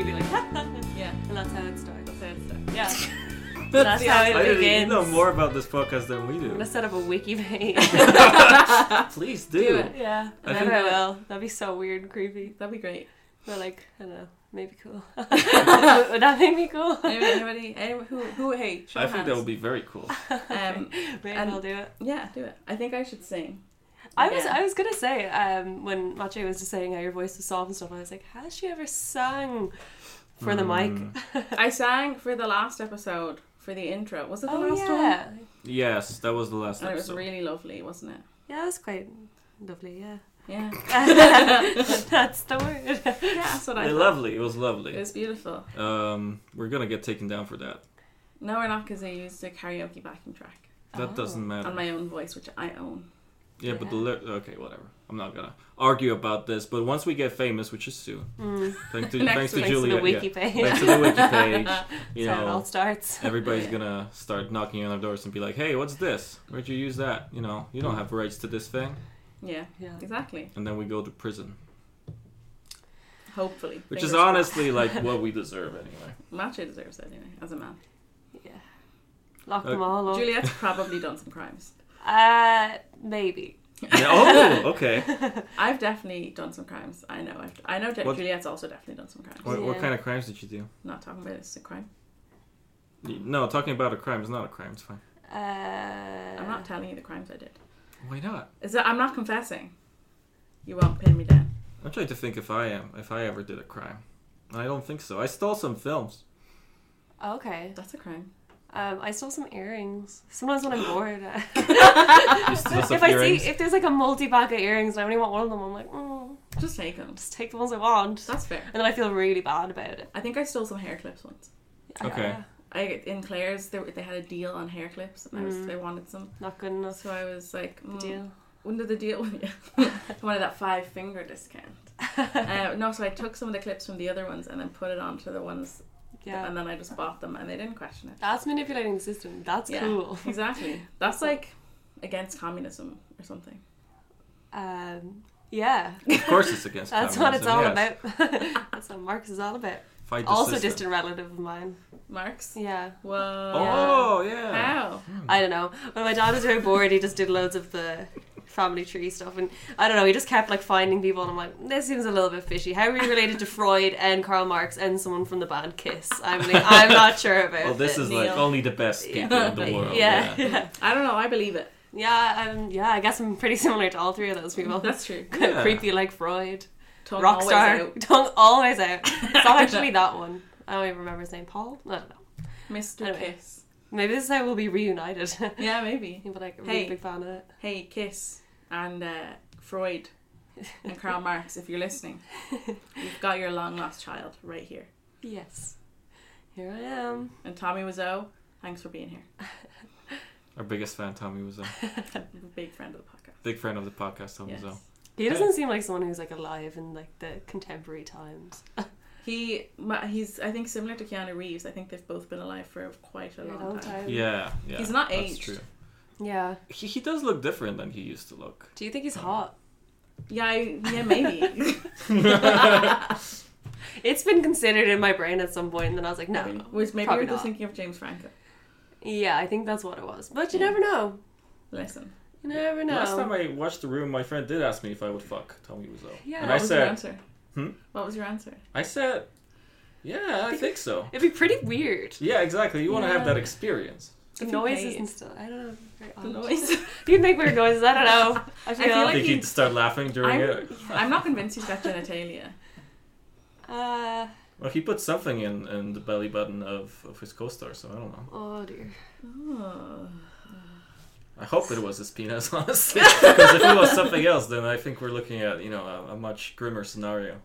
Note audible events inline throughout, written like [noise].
yeah, And that's how it starts. so [laughs] it's- yeah. That's, the how idea. it I didn't you begins. know more about this podcast than we I'm do. gonna set up a [laughs] wiki page. Please do. Do it. [laughs] yeah, I and I, think- I will. That'd be so weird and creepy. That'd [laughs] be great. But like, I don't know, maybe [laughs] cool. [laughs] would that make me cool? [laughs] Anybody, anybody, anyone who, who, hey, show I of think that hands. would be very cool. Um, Maybe and- I'll do it. yeah, do it. I think I should sing. I was Again. I was gonna say um, when Mache was just saying how your voice was soft and stuff. I was like, has she ever sung for the Hmm. Mm. [laughs] mic? I sang for the last episode for the intro. Was it the last one? Oh, yeah, Yes, that was the last And it was episode. really lovely, wasn't it? yeah, that's quite lovely. Yeah, [laughs] Yeah. [laughs] that's the word. yeah, that's what I Yeah, thought. lovely. It was It lovely. was beautiful. Um, we're gonna get taken down for that. No, we're not because I used a karaoke backing track That Oh. doesn't matter. on my own voice, which I own. Yeah, but the Yeah. lyrics. Okay, whatever. I'm not gonna argue about this. But once we get famous, which is soon, Mm. [laughs] thanks to Next thanks to week. Thanks to Julia, the wiki page. yeah, thanks to [laughs] the wiki page, you That's how it all know, starts. everybody's gonna start knocking on our doors and be like, "Hey, what's this? Where'd you use that? You know, you don't have rights to this thing." Yeah, [laughs] Yeah. exactly. And then we go to prison, Hopefully. which Fingers is honestly [laughs] like what we deserve anyway. crossed. Macho deserves it anyway, as a man. Yeah. Lock Uh, them all up. Juliet's probably done some crimes. Uh, maybe. Yeah, [laughs] oh, okay. [laughs] I've definitely done some crimes. I know. I've, I know. Ju- What- Oh, Juliet's also definitely done some crimes. What, what Yeah. kind of crimes did you do? Not talking about it, it's a crime. No, talking about a crime is not a crime. It's fine. Uh, I'm not telling you the crimes I did. Why not? Is that I'm not confessing. You won't pin me down. I'm trying to think if I am, if I ever did a crime. I don't think so. I stole some films. Okay. That's a crime. [laughs] Um, I stole some earrings. Sometimes when I'm bored, [gasps] I- [laughs] You stole some if I earrings? see if there's like a multi pack of earrings and I only want one of them, I'm like, mm, Just take them. just take the ones I want, That's fair. and then I feel really bad about it. I think I stole some hair clips once. Yeah, Okay. I in Claire's they, they had a deal on hair clips and I was Mm. they wanted some. not good enough. So I was like, The mm, deal. Under the deal, [laughs] [laughs] I wanted that five finger discount. uh, no, so I took some of the clips from the other ones and then put it onto the ones, Yeah. and then I just bought them and they didn't question [laughs] it. That's manipulating the system. That's Yeah. [laughs] cool. Exactly. That's like against communism or something. Um, yeah. Of course, [laughs] it's against. That's what it's all about. [laughs] That's what Marx is all about. Fight the also, system. distant relative of mine. Marx. Yeah. Whoa. Oh yeah. How? I don't know. When my dad was very bored, he just did loads of the family tree stuff, and I don't know. He just kept like finding people, and I'm like, this seems a little bit fishy. How are you related to Freud and Karl Marx and someone from the band Kiss? I'm like, I'm not sure about. Well, this it. [laughs] is like Neil. only the best people in the world. yeah, yeah. yeah, I don't know. I believe it. yeah. Um, yeah, I guess I'm pretty similar to all three of those people. That's true. [laughs] Kind of Yeah. creepy like Freud, Tongue rock always star, out. tongue always out. It's [laughs] not actually that one. I don't even remember his name. Paul. I don't know. Mr. Anyway. Kiss. Maybe this is how we'll be reunited. [laughs] Yeah, maybe. You'll be like a really Hey. big fan of it. Hey, Kiss and uh, Freud and Karl Marx, if you're listening, you've got your long lost child right here. Yes. Here I am. And Tommy Wiseau, thanks for being here. Our biggest fan, Tommy was a Big friend of the big fan of the podcast. Tommy podcast. was He Yes. doesn't seem like someone who's like alive in like the contemporary times. He, ma- he's, I think, similar to Keanu Reeves. I think they've both been alive for quite a long, time. Yeah, yeah. He's not that's aged. true. Yeah. He, he does look different than he used to look. Do you think he's hot? Yeah, I, yeah, maybe. It's been considered in my brain at some point, and then I was like, [laughs] no. Which maybe probably you're not. just thinking of James Franco. Yeah, I think that's what it was. But you Yeah. never know. Listen, You never know. Last time I watched the room, my friend did ask me if I would fuck Tommy Wiseau. Yeah. and what I was your said, answer? Hmm? What was your answer? I said, yeah, I think so. It'd be pretty weird. Yeah, exactly. You want to Yeah. have that experience. The If you noises pay- and stuff. I don't know. Very The odd. noise. [laughs] [laughs] You'd make weird noises. I don't know. [laughs] I feel, feel I like. like- think he- he'd start laughing during I'm- it. I'm not convinced he's got genitalia. Uh, Well, he put something in, in the belly button of, of his co-star, so I don't know. oh dear. Oh. I hope it was his penis, [laughs] honestly. Because if it was something else, then I think we're looking at, you know, a, a much grimmer scenario.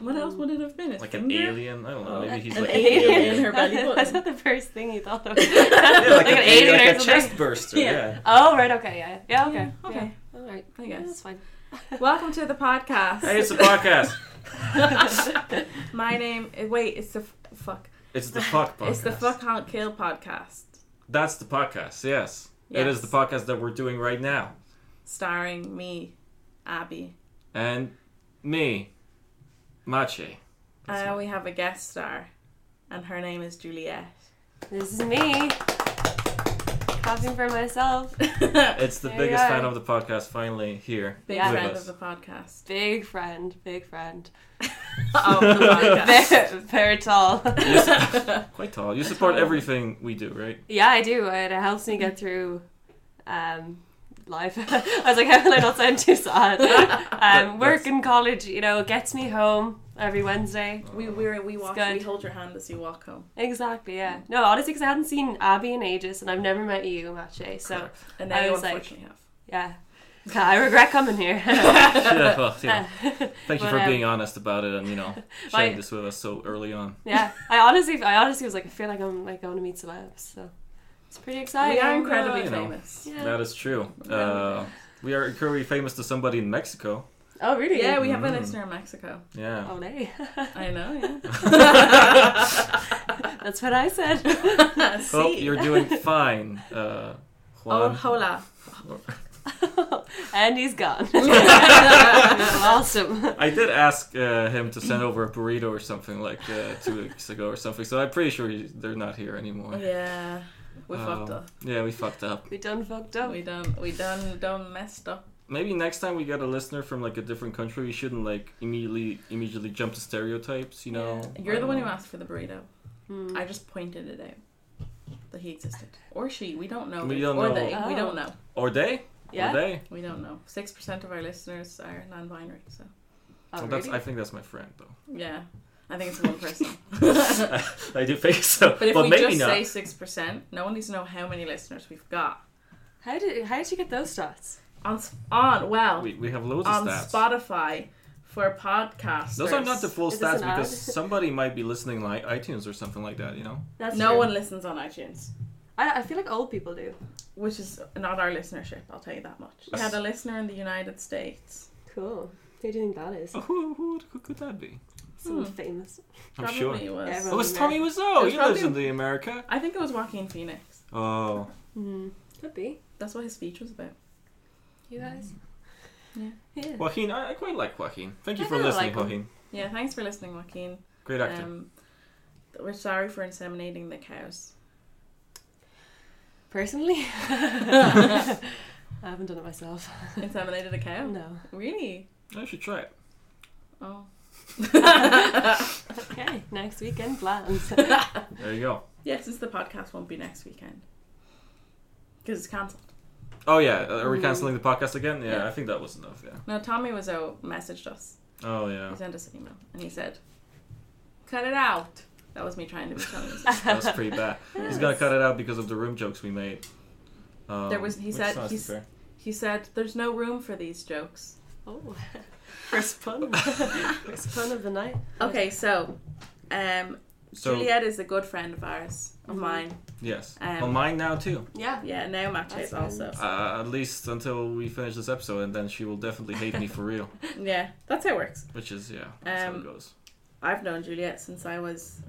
What else would it have been? His Like an finger? alien? I don't know, Oh, maybe he's an like an alien. alien. in her [laughs] belly That's button. not the first thing you thought of. Yeah, like, [laughs] Like an an alien alien, or like a something. chest burster, Yeah. yeah. Oh right, okay, yeah, yeah, okay, Yeah, okay. yeah. all right, I Yeah, guess. that's fine. [laughs] [laughs] Welcome to the podcast. Hey, it's a podcast. [laughs] My name. eh, Wait, it's the f- fuck. It's the fuck podcast. It's the fuck hunt kill podcast, That's the podcast, yes. It is the Yes. podcast that we're doing right now. starring me, Abby. And me, Mache. That's Uh, fine. we have a guest star, and her name is Juliet. [laughs] This is me. Clapping for myself. Big It's the There we biggest fan are. of the podcast finally here. Yeah. with friend us. of [laughs] the podcast. Big friend, big friend. [laughs] Oh, the podcast. Very, very tall. Quite tall. You support everything we do, right? [laughs] yeah, I do. It helps me get through um, life. [laughs] I was like, how can I not sound too sad? Um, work that's- and college, you know, gets me home every Wednesday. we we were- we walked. We good. hold your hand as you walk home. Exactly, yeah. No, honestly, because I hadn't seen Abby in ages and I've never met you, Mache. So, Correct. And now I you was like- unfortunately have. yeah. I regret coming [laughs] here. yeah, well, [laughs] yeah. Thank you But, for um, being honest about it and you know My- sharing this with us so early on. Yeah, I honestly, I honestly was like, I feel like I'm like going to meet celebs, so it's pretty exciting. We are incredibly you know. famous. Yeah. That is true. Uh, we are incredibly famous to somebody in Mexico. Oh really? Yeah, we have a Mm. listener in Mexico. Yeah. Oh nay. [laughs] I know. [laughs] Yeah. That's what I said. [laughs] Oh, See? you're doing fine, uh, Oh, Juan. hola. and he's [laughs] gone. [laughs] awesome. I did ask uh, him to send over a burrito or something like uh, two weeks ago or something, so I'm pretty sure he, they're not here anymore. Yeah, we Um, fucked up. Yeah, we fucked up. We done fucked up. We done. We done. Done messed up. Maybe next time we get a listener from like a different country, we shouldn't like immediately immediately jump to stereotypes. You know, You're the one who Um, asked for the burrito. Hmm. I just pointed it out that he existed, or she. We don't know. We They- don't or know. They. We Oh. don't know. or they, or Yeah. they. We don't know. Six percent of our listeners are non-binary, so Oh, well, that's, really? I think that's my friend though. yeah, I think it's one person. [laughs] [laughs] [laughs] I do think so, But if we maybe just not. say six percent, no one needs to know how many listeners we've got How did how did you get those stats? on s- on well we, we have loads on of stats. Spotify for podcasts. Those are not the full Is this stats an ad? because [laughs] somebody might be listening like iTunes or something like that. You know. That's No true. one listens on iTunes. I, I feel like old people do. which is not our listenership, I'll tell you that much. We had a listener in the United States. Cool. Who do you think that is? who, who, who could that be? Someone Hmm. famous. I'm Probably sure. was. Everyone- It was America. Tommy Wiseau. It was He lives probably- in the America. I think it was Joaquin Phoenix. Oh, Hmm. Could be. That's what his speech was about. You guys. Yeah. Yeah. Joaquin. I, I quite like Joaquin. Thank you I for kinda listening, like him. Joaquin. Yeah, thanks for listening, Joaquin. Great actor. Um, th- we're sorry for inseminating the cows. [laughs] Personally, I haven't done it myself. Inseminated a cow? No. [laughs] Really? I should try it. Oh. [laughs] Okay, next weekend plans. There you go. yeah, since the podcast won't be next weekend. Because it's cancelled. Oh yeah, uh, are we Mm. canceling the podcast again? Yeah, Mm-hmm. Yeah. I think that was enough. Yeah. No, Tommy was out, messaged us. Oh [laughs] yeah, He sent us an email and he said, Cut it out. That was me trying to be Tommy. [laughs] that was [laughs] pretty bad. He's gonna cut it out because of the room jokes we made. Um, There was- he which said is honestly he's- fair. He said, There's no room for these jokes. Oh, first [laughs] pun. first pun of the night. Okay, so um, So- Juliet is a good friend of ours, of Mhm. mine. Yes. Um, well, mine now too. Yeah. Yeah, now Mache's That's also. Uh, at least until we finish this episode, and then she will definitely hate me for [laughs] real. Yeah, that's how it works. Which is yeah, that's how Um, it goes. I've known Juliet since I was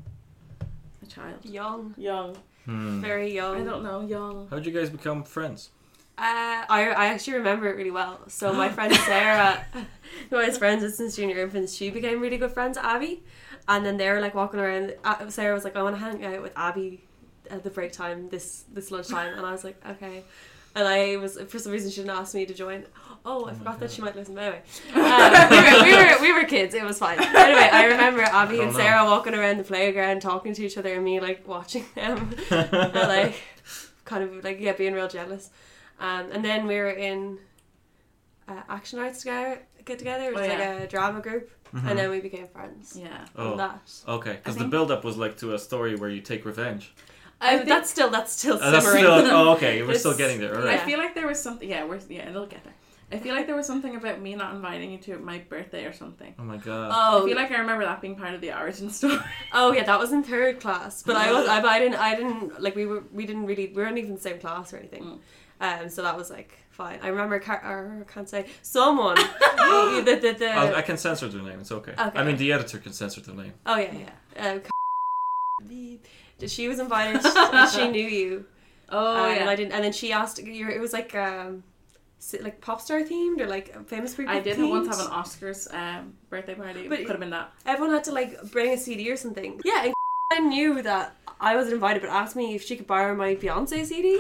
a child. Young, Young. Hmm. very I young. Uh, don't know, young. How'd you guys become friends? [laughs] I Uh, I actually remember it really well. So my friend Sarah, who I was friends with since junior infants, she became really good friends with Abby, and then they were like walking around. uh, Sarah was like, "I want to hang out with Abby at the break time this this lunchtime," and I was like, "Okay." And I was for some reason she didn't ask me to join. Oh, I forgot that she might listen. Anyway, Um, we, were, we, were, we were kids. It was fine. Anyway, I remember Abby Don't and know. Sarah walking around the playground, talking to each other, and me like watching them, and, [laughs] like kind of like yeah, being real jealous. Um, and then we were in uh, action arts together, get together, which Oh, is yeah. like a drama group, and then we became friends. Yeah. And Mm-hmm. Oh, that. okay. Because the think- build-up was like to a story where you take revenge. I, think- that's still that's still Uh, that's simmering. [laughs] still, [laughs] oh, okay. We're still It's- getting there. All I right. Yeah. feel like there was something. Yeah, we're, yeah, it'll get there. I feel like there was something about me not inviting you to my birthday or something. Oh my god. Oh, I feel like I remember that being part of the origin [laughs] story. Oh yeah, that was in third class. But I was Mm. I, I didn't I didn't like we were we didn't really we weren't even the same class or Mm. anything. Um, so that was like fine. I remember Car- or I can't say [laughs] someone. the, the, the, I'll- I can censor their name. It's okay. Okay. I mean, the editor can censor their name. oh yeah yeah. Uh, Beep. she was [laughs] invited. she knew you, Oh, uh, yeah. and I didn't. And then she asked. You it was like um, si- like pop star themed or like famous people. I did themed. once have an Oscars um, birthday party. But- it could have been [laughs] that. Everyone had to like bring a CD or something. Yeah, and [laughs] I knew that I wasn't invited, but asked me if she could borrow my Beyonce [laughs] CD,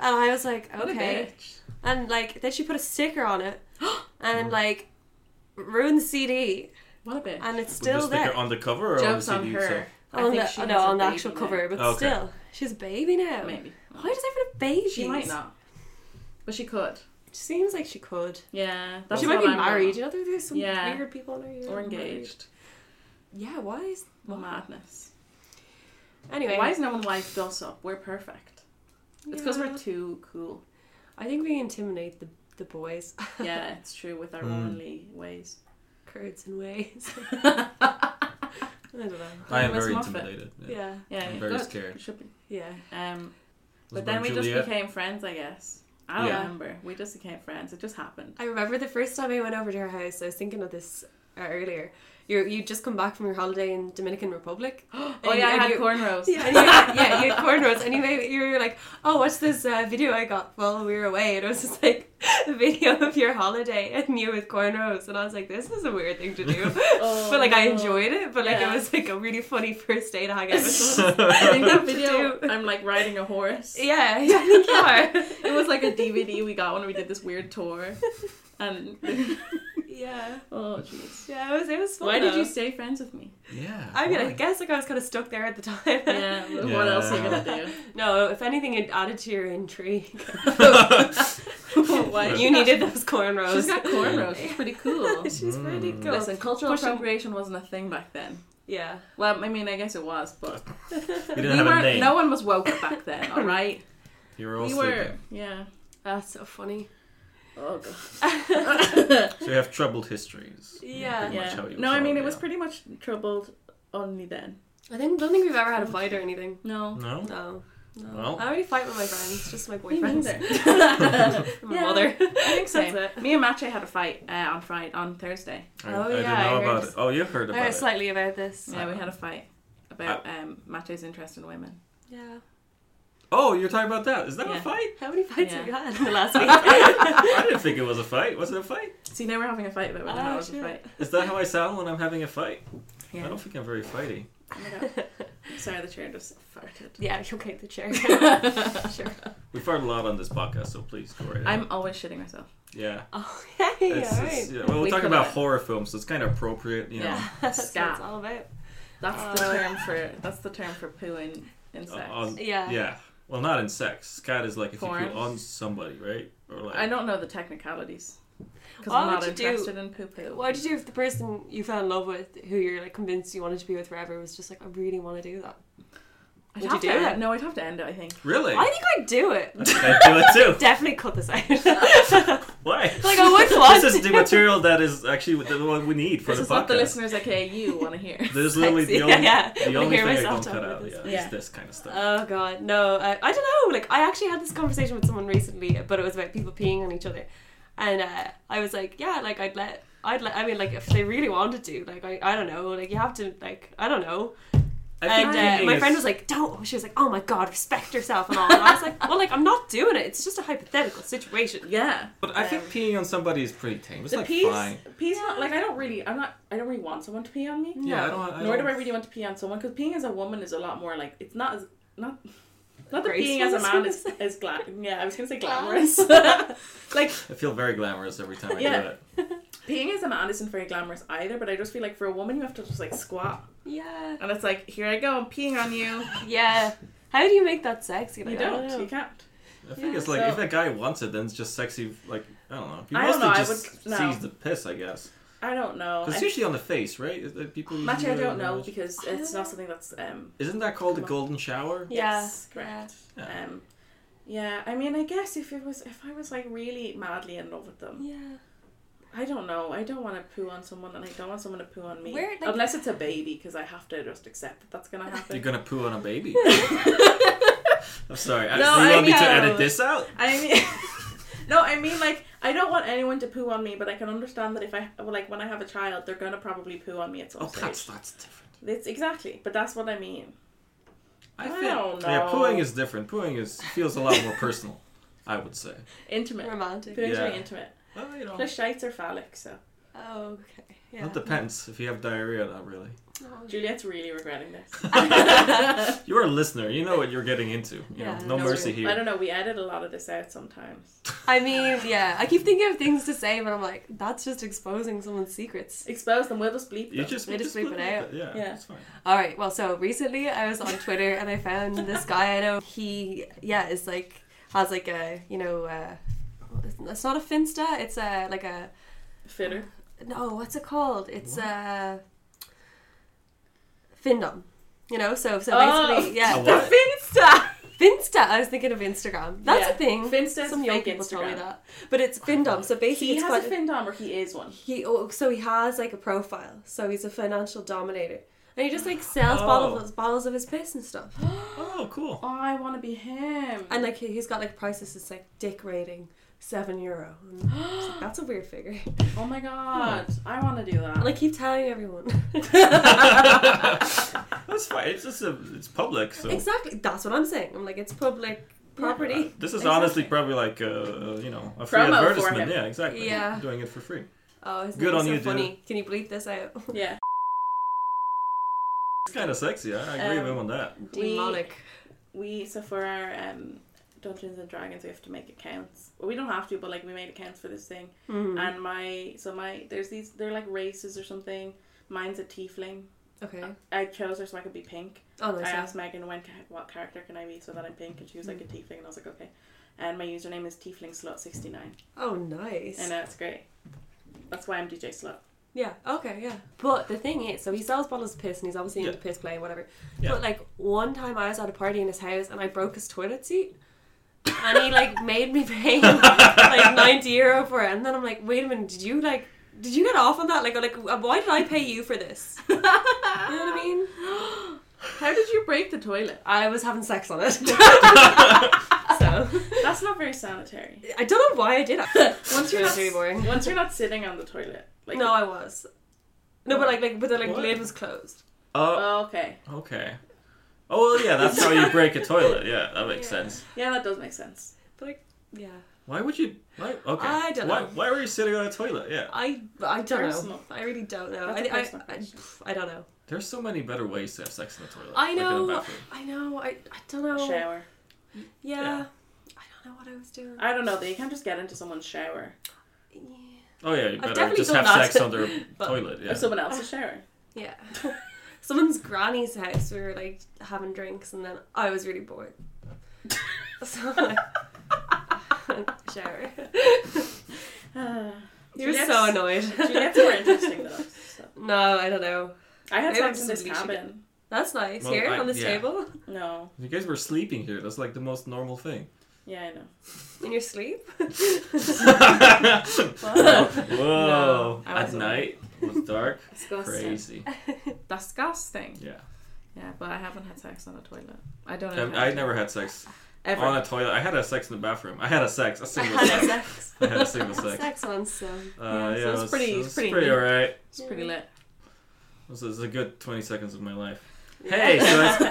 and I was like, What a okay. bitch. And like then she put a sticker on [gasps] it, and like ruined the CD, What a bitch. and it's With the still sticker there. on the cover or Jokes on on the CD her. itself? I on think the she oh, has no, a on the baby actual now. cover, but Oh, Okay. still, she's a baby now. Maybe. Why does everyone have babies? She might not. But she could. Seems like she could. Yeah. she what might be I'm married. You know, there- there's some Yeah. weird people in her. about. Or engaged. Yeah, why is Madness. anyway? Why is no one like us up? We're perfect. It's because Yeah. we're too cool. I think we intimidate the the boys, [laughs] Yeah, it's true with our Mm. womanly ways. Kurds in ways. [laughs] I don't know. I am Miss very Muffet. intimidated. Yeah. Yeah, Yeah, I'm yeah, very good. scared. It Should be. yeah. Um, Was but then born we Juliet. just became friends, I guess. I don't Yeah. remember. We just became friends. It just happened. [gasps] I remember the first time I went over to her house. I was thinking of this uh, earlier. You you just come back from your holiday in Dominican Republic. Oh And- yeah, I and had you- cornrows. [laughs] Yeah, and you [laughs] had, yeah, you had cornrows, and you made, you were like, "Oh, what's this uh, video I got while we were away?" And it was just like [laughs] a video of your holiday and you with cornrows, and I was like, "This is a weird thing to [laughs] do," [laughs] Oh, but like I no. enjoyed it. But like Yeah. it was like a really funny first day to hang out [laughs] [laughs] with someone. And [laughs] in that What to video, do. I'm like riding a horse. yeah, [laughs] yeah, I think you are. It was like [laughs] a DVD we got when we did this weird tour, and [laughs] yeah, oh jeez. yeah, it was it was fun. Why did you though. stay friends with [laughs] me? Yeah. I mean, I why? guess like I was kind of stuck there at the time. Yeah. What else are you gonna [laughs] No, if anything, it added to your intrigue. do? [laughs] [laughs] Why you needed those cornrows. She's got cornrows. She's pretty cool. [laughs] She's pretty Mm. cool. Listen, cultural Pushing- appropriation wasn't a thing back then. Yeah. Well, I mean, I guess it was, but [laughs] You we [laughs] didn't have a weren't, name. no one was woke back [laughs] then. All right, You were all we sleeping. were. Yeah. That's so funny. Oh [laughs] god. So you have troubled [laughs] histories. Yeah. Pretty much Yeah. how you No, I saw mean it was yeah. pretty much troubled only then. I think don't think we've ever had a fight or anything. No. No. No. No. Well. I already fight with my friends, just my [laughs] Me boyfriends. neither. [laughs] My Yeah. mother. [laughs] [laughs] I [laughs] think so. That's it. Me and Mache had a fight uh, on Friday on Thursday. I, Oh, I didn't yeah, I know heard about this. it. Oh, you heard I about heard it. slightly about this. Yeah, we had a fight about Ah. um, Mache's interest in women. Yeah. Oh, you're talking about that. Is that a Yeah. [laughs] fight? How many fights have you Yeah. had in [laughs] the last week? [laughs] I didn't think it was a fight. Was it a fight? See, now we're having a fight about whether or not Oh, it was shit. a fight. Is that how I sound when I'm having a fight? I Yeah. don't think I'm very fighty. Oh my God. Sorry, the chair just farted. yeah, you'll get the chair. [laughs] sure. We fart a lot on this podcast, so please go right ahead. I'm always shitting myself. Yeah. Oh, hey, It's- all it's- right. yeah. Well, we're We talking could about have- horror films, so it's kind of appropriate, you know. Yeah. [laughs] That's what Scat. it's all about. That's the Uh. term for that's the term for pooing insects. Uh, on- Yeah. Yeah. Well, not in sex. Scat is like if you Porn. put on somebody, right? Or like. I don't know the technicalities because Why I'm would not you do- interested in poo poo. What did you do if the person you fell in love with, who you're like convinced you wanted to be with forever, was just like, I really want to do that? I'd Would you have do to it? End, no, I'd have to end it. I think. Really? I think I'd do it. [laughs] I do it too. Definitely cut this out. [laughs] like Why? I would want. This is to. the material that is actually the one we need for This is the podcast. what the listeners, aka [laughs] you, want to hear. This is literally Sexy. the [laughs] only, Yeah, yeah. the I only hear thing I myself don't cut talking about out. Yeah, this. Yeah. is this kind of stuff. Oh god, no. I, I don't know. Like I actually had this conversation with someone recently, but it was about people peeing on each other, and uh, I was like, yeah, like I'd let. I'd let, I mean, like, if they really wanted to, like, I, I don't know, like, you have to, like, I don't know. I and think uh, peeing my is- friend was like, don't, she was like, oh my god, respect yourself and all. And I was like, well, like, I'm not doing it. It's just a hypothetical situation. Yeah. but I think um, peeing on somebody is pretty tame. It's the like pee's fine. pee's not like I don't really I'm not I don't really want someone to pee on me. Yeah, I No. don't. I Nor do don't- I really want to pee on someone because peeing as a woman is a lot more like it's not as not not that Graceful, peeing as a I was man gonna is say. is gla- yeah I was gonna say glamorous [laughs] like I feel very glamorous every time I Yeah. do it. peeing as a man isn't very glamorous either but I just feel like for a woman you have to just like squat Yeah. and it's like here I go I'm peeing on you Yeah. How do you make that sexy? you Like, I don't, know. you can't I think Yeah, it's like so- if a guy wants it, then it's just sexy. Like I don't know. He I don't mostly know, I just would- no. sees the piss, I guess. I don't know Because it's usually on the face, right? Is that people. Matthew I usually don't do know that? because it's not something that's um Isn't that called the golden shower? Yeah. yes, correct um yeah I mean I guess if it was if I was like really madly in love with them Yeah. I don't know. I don't want to poo on someone, and I don't want someone to poo on me. Where, like- Unless it's a baby, because I have to just accept that that's [laughs] gonna happen. You're gonna poo on a [laughs] baby. I'm sorry. I, No, you I want me to know. edit this out? I mean, [laughs] no, I mean like I don't want anyone to poo on me, but I can understand that if I well, like when I have a child, they're gonna probably poo on me at some Oh, that's stage. that's different. It's exactly, but that's what I mean. I feel don't know. Yeah, pooing is different. Pooing is feels a lot more personal. I would say. Intimate. Romantic. Feelings are Yeah. intimate. Well, you know, Plus, shites are phallic, so Oh, okay. Yeah. it depends. If you have diarrhea, not [laughs] really. [laughs] Oh, Juliet's really regretting this. [laughs] You're a listener. You know what you're getting into. You Yeah, know, no, no, mercy I here. don't know. We edit a lot of this out sometimes. I mean, yeah. I keep thinking of things to say, but I'm like, that's just exposing someone's secrets. Expose them. We'll just bleep them. You just, They you just bleep it live out. with Yeah, Yeah. it's fine. All right. Well, so recently I was on Twitter and I found this guy I know. He yeah is like has like a you know uh, it's not a finsta. It's a like a Fitter. [laughs] no, what's it called? It's uh Findom. You know, so so Oh. basically yeah. A what? Finsta. Finsta. I was thinking of Instagram. That's Yeah. a thing. Finsta is Some young fake people tell me Instagram. that. But it's Findom. So basically He it's has a quite- fin dom, or he is one. he oh, so he has like a profile. So he's a financial dominator. And he just like sells bottles bottles of his piss and stuff. Oh, cool. Oh, I want to be him. And like he- he's got like prices it's like dick rating. Seven euro. And I was like, That's a weird figure. [gasps] oh my god, Hmm. I want to do that. And I keep telling [laughs] everyone. That's fine. It's just a, it's public, so uh, Exactly. That's what I'm saying. I'm like, it's public property. this is honestly Exactly. probably like uh, you know a free Promo for him. advertisement. Yeah, exactly. Yeah. doing it for free. Oh, isn't Uh, Good that on so you, dude. funny? Can you bleep this out? yeah, It's kind of sexy. I I agree Um, with him on that. We- [laughs] Demonic. we so for our um, Dungeons and Dragons, we have to make accounts. Well, we don't have to, but like we made accounts for this thing. Hmm. And my so my there's these they're like races or something. Mine's a tiefling. Okay. I chose her so I could be pink. Oh, I nice. asked Megan when ca- what character can I be so that I'm pink, and she was like a tiefling, and I was like okay. And my username is tiefling slot sixty nine. Oh, nice. I know uh, it's great. That's why I'm DJ slot. Yeah. Okay. Yeah. But the thing is, so he sells bottles of piss, and he's obviously into piss play, whatever. Yeah. But like one time, I was at a party in his house, and I broke his toilet seat, and he like [laughs] made me pay him, like ninety euro for it. And then I'm like, wait a minute, did you like? Did you get off on that? Like, like, uh, why did I pay you for [laughs] this? You know what I mean? How did you break the toilet? I was having sex [laughs] on it. [laughs] so That's not very sanitary. I don't know why I did [laughs] it. Once you're It not was really boring. once you're not sitting on the toilet, like No, I was. No, but like, like, but the like What? lid was closed. Oh, Oh, okay. okay. Oh well, yeah, that's how you [laughs] break a toilet. Yeah, that makes Yeah. sense. Yeah, that does make sense. But like, yeah, Why would you? Why? Okay. I don't why, know. Why were you sitting on a toilet? Yeah. I, I don't know. Personal. I really don't know. I, That's a I, personal I, question. I don't know. There's so many better ways to have sex in the toilet. I like in a know. bathroom. I know. I, I don't know. Shower. Yeah. Yeah. I don't know what I was doing. I don't know. though. You can't just get into someone's shower Yeah. Oh yeah, you better definitely just done have that. sex under a [laughs] But- toilet. or Yeah. someone else's [sighs] shower. Yeah. [laughs] Someone's granny's house. We were like having drinks, and then I was really [laughs] bored. So [laughs] like, shower. Uh, You were so annoyed. Juliet's more interesting than us. So. [laughs] No, I don't know. I had Maybe sex in this somebody should cabin. That's nice. Well, Here I- on this yeah. table No. You guys were sleeping here. That's like the most normal thing. Yeah, I know. in your [laughs] sleep. [laughs] Whoa! [laughs] No, I At wasn't. night, it was [laughs] dark. Disgusting. Crazy. Disgusting. Yeah. Yeah, but I haven't had sex on a toilet. I don't know. Um, how I to- never had sex ever. on a toilet. I had a sex in the bathroom. I had a sex. A I [laughs] single had sex. sex. I had a single sex. Sex on some. Yeah, so Uh, yeah, it's it was pretty- it it's was pretty pretty neat. alright. it's pretty lit. This is a good 20 seconds of my life. Hey, so, [laughs] it's-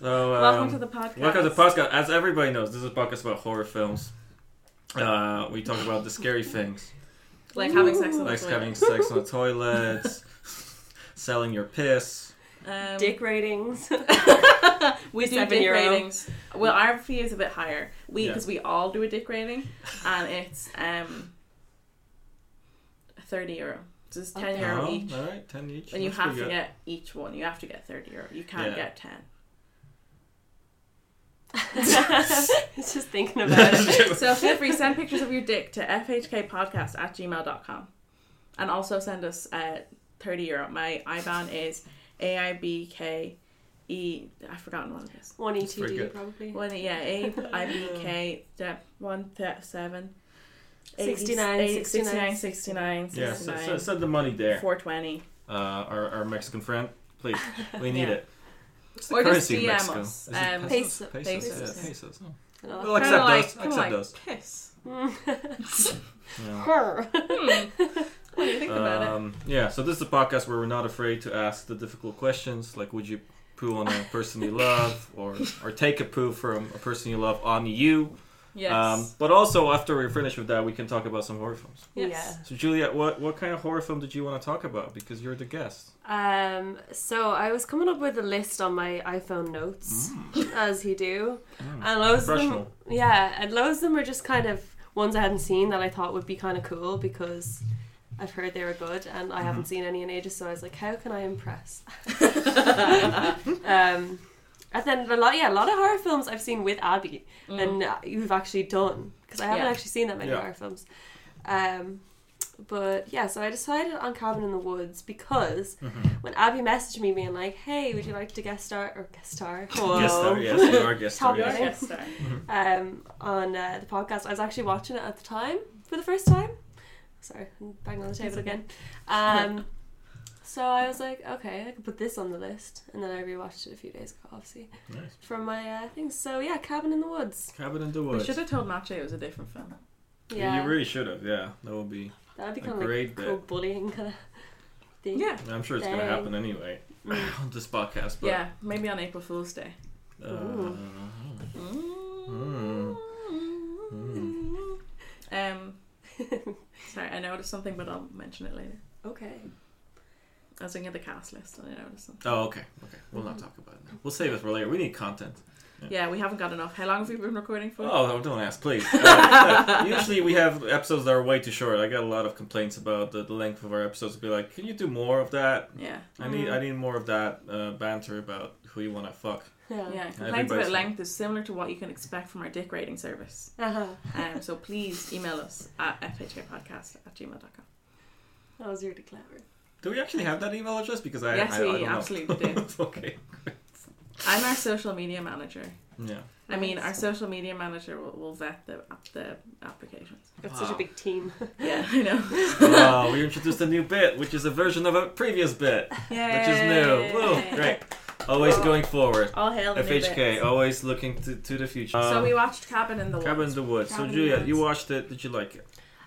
so um, Welcome to the podcast. welcome to the podcast. As everybody knows, this is a podcast about horror films. Uh, we talk about the scary things, Like having sex on a like toilet. having sex on the [laughs] toilet, selling your piss. Um, Dick [laughs] ratings. We do Seven dick euro. ratings. Well, our fee is a bit higher. We Yeah. because we all do a dick rating, and it's um thirty euro. So it's ten Okay. euro Oh, each, All right, 10 each. and you That's have pretty to good. get each one. You have to get thirty euro. You can't Yeah. get ten. Just thinking about [laughs] it. So feel free send pictures of your dick to fhkpodcast at gmail.com. and also send us uh, thirty euro. My IBAN is a i b k e. I've forgotten what it is. One It's pretty ETD good. probably. One yeah, A I B K step one th- seven. 69, 69, 69, Yeah, so, so send the money there. 420. Uh, our, our Mexican friend, [laughs] please. We need Yeah. it. What's Or just in DM Mexico? us, Is it um, pesos? Peso- Pesos, pesos. yeah, pesos, oh. And all Well, that. Kinda accept like- us. kinda Accept like us. Piss. [laughs] Yeah. Hmm. What do you [laughs] think about it? Um, yeah, so this is a podcast where we're not afraid to ask the difficult questions, like would you [laughs] poo on a person you love, or or take a poo from a person you love on you, Yes. Um, but also, after we're finished with that, we can talk about some horror films. Yes. So, Juliet, what, what kind of horror film did you want to talk about? Because you're the guest. Yeah. Um, so I was coming up with a list on my iPhone notes, as you do, and loads of them. Mm. Professional. Yeah, and loads of them are just kind of ones I hadn't seen that I thought would be kind of cool because I've heard they were good, and I Mm-hmm. haven't seen any in ages. So I was like, how can I impress? [laughs] um, and then a lot, yeah, a lot of horror films I've seen with Abby, [laughs] um, and uh, you've actually done because I haven't Mm. Yeah. actually seen that many Yeah. horror films. Um, but yeah, so I decided on Cabin in the Woods because when Abby messaged me being like, "Hey, would you like to guest star or guest star?" Guest Whoa. star, yes, you are guest star. Top You're yes. a name. guest star. um, on uh, the podcast. I was actually watching it at the time for the first time. Sorry, I'm banging on the table again. Um, so I was like, okay, I can put this on the list, and then I rewatched it a few days ago, obviously, Nice. from my uh, thing. So yeah, Cabin in the Woods. Cabin in the We Woods. should have told Nacho it was a different film. Yeah, You really should have, yeah. That would be. that'd be a kind of like great cool bit. bullying kind of thing. Yeah. I'm sure it's going to Dang. happen anyway [laughs] Mm. on this podcast. But, Yeah, maybe on April Fool's Day. uh, Ooh. Hmm. Mm. Um, sorry, I noticed something, but I'll mention it later. okay. I was looking at the cast list and I noticed something. Oh, okay. Okay. We'll not talk about it now. We'll save it for later. We need content. Yeah, we haven't got enough. How long have we been recording for? Oh, no, don't [laughs] ask, please. Uh, usually we have episodes that are way too short. I get a lot of complaints about the, the length of our episodes. Be like, can you do more of that? Yeah, I need Mm. I need more of that uh, banter about who you want to fuck. Yeah. yeah. Complaints Everybody's about fine. length is similar to what you can expect from our dick rating service. Uh-huh. Um, so please email us at fhkpodcast at gmail.com. That was really clever. Do we actually have that email address? Because I Yes, I, I we don't know. absolutely do. [laughs] [laughs] okay. I'm our social media manager. Yeah. I mean, Nice. our social media manager will, will vet the the applications. Got such a Wow. big team. [laughs] Yeah, [laughs] I know. Wow, we introduced a new bit, which is a version of a previous bit, which is new. Woo, great. Always going forward. All hail the new FHK, bits. always looking to, to the future. so Um, we watched Cabin in the Woods. Cabin in the Woods. Cabin so in the Julia, you Woods. watched it. Did you like it?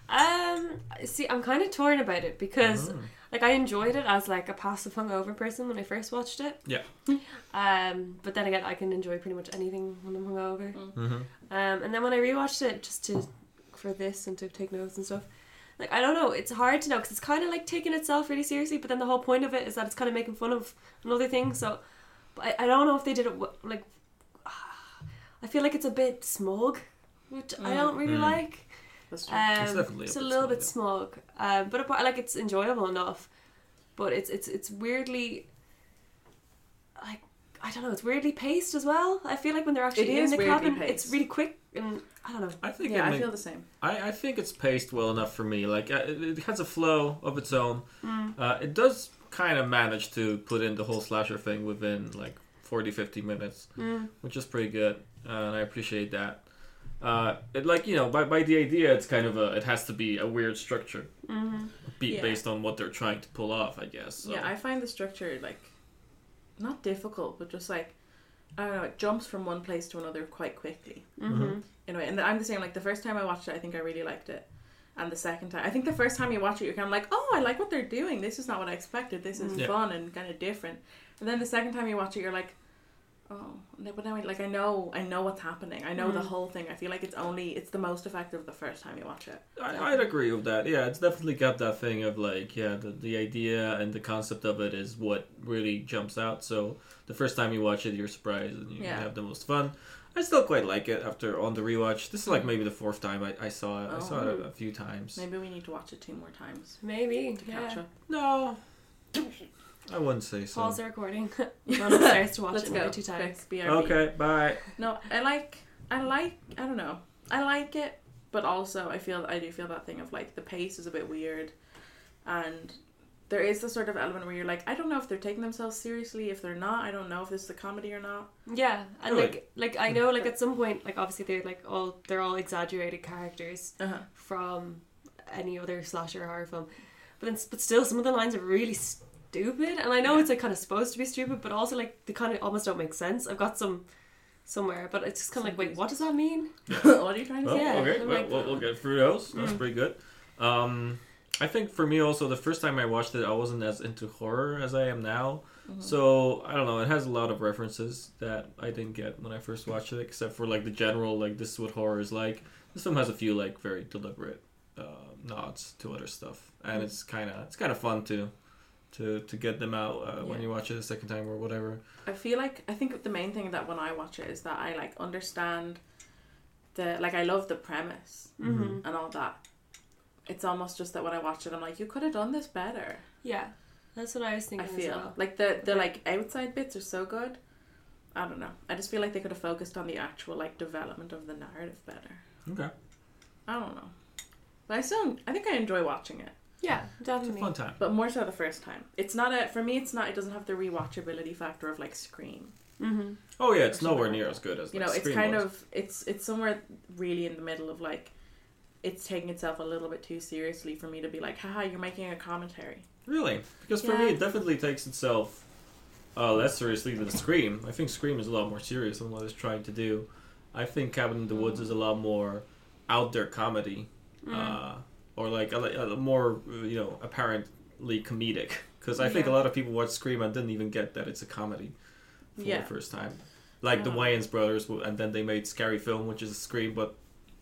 Um, see, I'm kind of torn about it because, Uh-huh. Mm-hmm. like, I enjoyed it as like a passive hungover person when I first watched it. Yeah. [laughs] Um, but then again, I can enjoy pretty much anything when I'm hungover. Mm-hmm. Um, and then when I rewatched it just to for this and to take notes and stuff, like I don't know, it's hard to know because it's kind of like taking itself really seriously. But then the whole point of it is that it's kind of making fun of another thing. So, but I, I don't know if they did it w- like. [sighs] I feel like it's a bit smug, which I don't really Mm. like. That's true. Um, It's definitely a it's bit a little bit smug, um, but apart, like it's enjoyable enough. But it's it's it's weirdly, like I don't know, it's weirdly paced as well. I feel like when they're actually It in is the weirdly cabin, paced. it's really quick and I don't know. I think yeah, it I make- feel the same. I, I think it's paced well enough for me. Like uh, it, it has a flow of its own. Mm. Uh, it does kind of manage to put in the whole slasher thing within like 40, 50 minutes, Mm. which is pretty good, uh, and I appreciate that. Uh, it like you know by, by the idea, it's kind of a it has to be a weird structure, be, Yeah. based on what they're trying to pull off, I guess. So. Yeah, I find the structure like not difficult, but just like I don't know, it jumps from one place to another quite quickly. Mm-hmm. In a way, and I'm the same. Like the first time I watched it, I think I really liked it, and the second time, I think the first time you watch it, you're kind of like, oh, I like what they're doing. This is not what I expected. This is Yeah. fun and kind of different. And then the second time you watch it, you're like. Oh, no, but now I, like I know, I know what's happening. I know Mm-hmm. the whole thing. I feel like it's only it's the most effective the first time you watch it. I, I'd agree with that. Yeah, it's definitely got that thing of like, yeah, the, the idea and the concept of it is what really jumps out. So the first time you watch it, you're surprised and you Yeah. have the most fun. I still quite like it after on the rewatch. This is like maybe the fourth time I, I saw it. I saw it a, a few times. Oh. Maybe we need to watch it two more times Maybe to catch yeah. up. No, I wouldn't say so. Pause the recording. [laughs] We're going upstairs [laughs] to watch Let's it another go. two times. Quick, BRB. Okay, bye. No, I like, I like, I don't know, I like it, but also I feel, I do feel that thing of like the pace is a bit weird, and there is the sort of element where you're like, I don't know if they're taking themselves seriously, if they're not, I don't know if this is a comedy or [coughs] not. Yeah, and Really? like like I know like at some point like obviously they're like all they're all exaggerated characters. Uh-huh. from any other slasher horror film. But then, but still, some of the lines are really stupid, and I know Yeah. it's like kind of supposed to be stupid, but also like they kind of almost don't make sense. I've got some somewhere, but it's just kind of like, wait, what does that mean? what are you trying to Well, say? Yeah, Oh, okay, I'm well, like- Mm. we'll, we'll get through those. That's pretty good. Um, I think for me also the first time I watched it I wasn't as into horror as I am now. Mm-hmm. So I don't know, it has a lot of references that I didn't get when I first watched it, except for like the general like this is what horror is like. This film has a few like very deliberate uh, nods to other stuff, Mm. and it's kind of it's kind of fun to to to get them out uh, when Yeah. you watch it a second time or whatever. I feel like I think the main thing that when I watch it is that I like understand the like I love the premise Mm-hmm. and all that. It's almost just that when I watch it, I'm like, you could have done this better. Yeah, that's what I was I thinking feel as well. like the the like outside bits are so good. I don't know. I just feel like they could have focused on the actual like development of the narrative better. Okay, I don't know, but I still I think I enjoy watching it, Yeah, it's a definitely. fun time. but more so the first time. It's not a for me. It's not. It doesn't have the rewatchability factor of like Scream. Mm-hmm. Oh yeah, it's Or something nowhere like near that. as good as you like, know it's Scream kind was. of it's it's somewhere really in the middle of like it's taking itself a little bit too seriously for me to be like haha you're making a commentary Really? Because for Yeah. me, it definitely takes itself uh, less seriously than Scream. I think Scream is a lot more serious than what it's trying to do. I think Cabin in the Woods Mm. is a lot more out there comedy, uh, or like a, a more uh, you know apparently comedic. Because I think Yeah. a lot of people watch Scream and didn't even get that it's a comedy for Yeah. the first time. Like the Yeah. Wayans brothers, w- and then they made Scary Film, which is a Scream but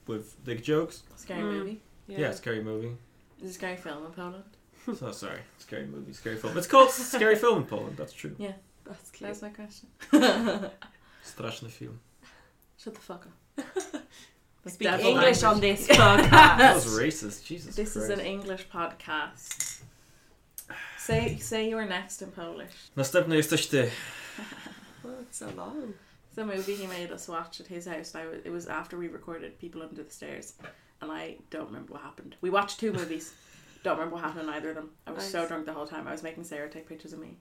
with dick jokes. scary Mm. movie Yeah, scary [laughs] movie. is a scary film in Poland oh, sorry, scary movie, scary film. It's called Scary Film in Poland. That's true. that's cute. that's my question Straszny film. shut the fuck up [laughs] Like, Speak devil English language. on this podcast. That was racist. Jesus this is Christ. an English podcast say say you were next in Polish Następny jesteś ty. well, Oh, it's so long. it's a movie he made us watch at his house and I was, it was after we recorded People Under the Stairs and I don't remember what happened we watched two movies don't remember what happened in either of them I was so Nice. drunk the whole time I was making Sarah take pictures of me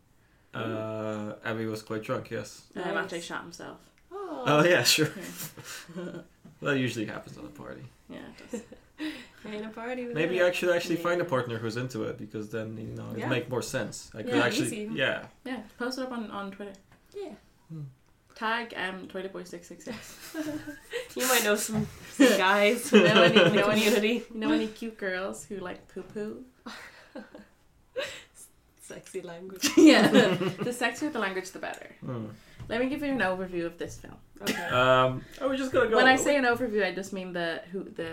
Uh, Mm-hmm. Abby was quite drunk, yes. And Nice. Mate shot himself. Oh, Oh, yeah, sure. Yeah, [laughs] That usually happens on a party. yeah it does. Ain't a party without Maybe it. I should actually find a Yeah. partner who's into it because then, you know, it'd Yeah. make more sense. I could Yeah, actually. easy. Yeah. yeah post it up on, on Twitter. Yeah. Tag um, ToiletBoy666. [laughs] You might know some, some [laughs] guys who know any in the No, I need- community. You know any cute girls who like poo poo? Sexy language. [laughs] yeah. the sexier the language, the better. Hmm. Let me give you an overview of this film. Okay. Um, oh, we're just gonna go. When I say an overview, I just mean the who the,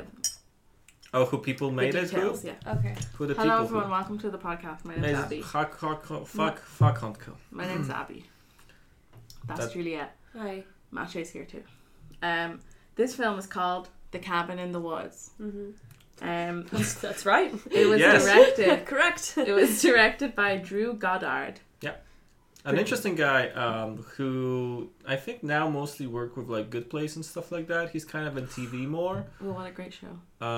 Oh, who people the made it? Who? details. Yeah. Okay. Who the Hello people? everyone, welcome to the podcast. My who... name's Made Abby. Mm-hmm. it? Fuck, fuck, fuck, fuck, Huntko. My name's Abby. That's Mm. That- Juliet. Hi. Mache's here too. Um, this film is called The Cabin in the Woods. Mm-hmm. Um, That's, that's [laughs] right. it was [laughs] Yes. directed Correct. It [laughs] was directed by Drew Goddard. an interesting guy um, who I think now mostly work with like Good Place and stuff like that. He's kind of in TV more. Oh, what a great show.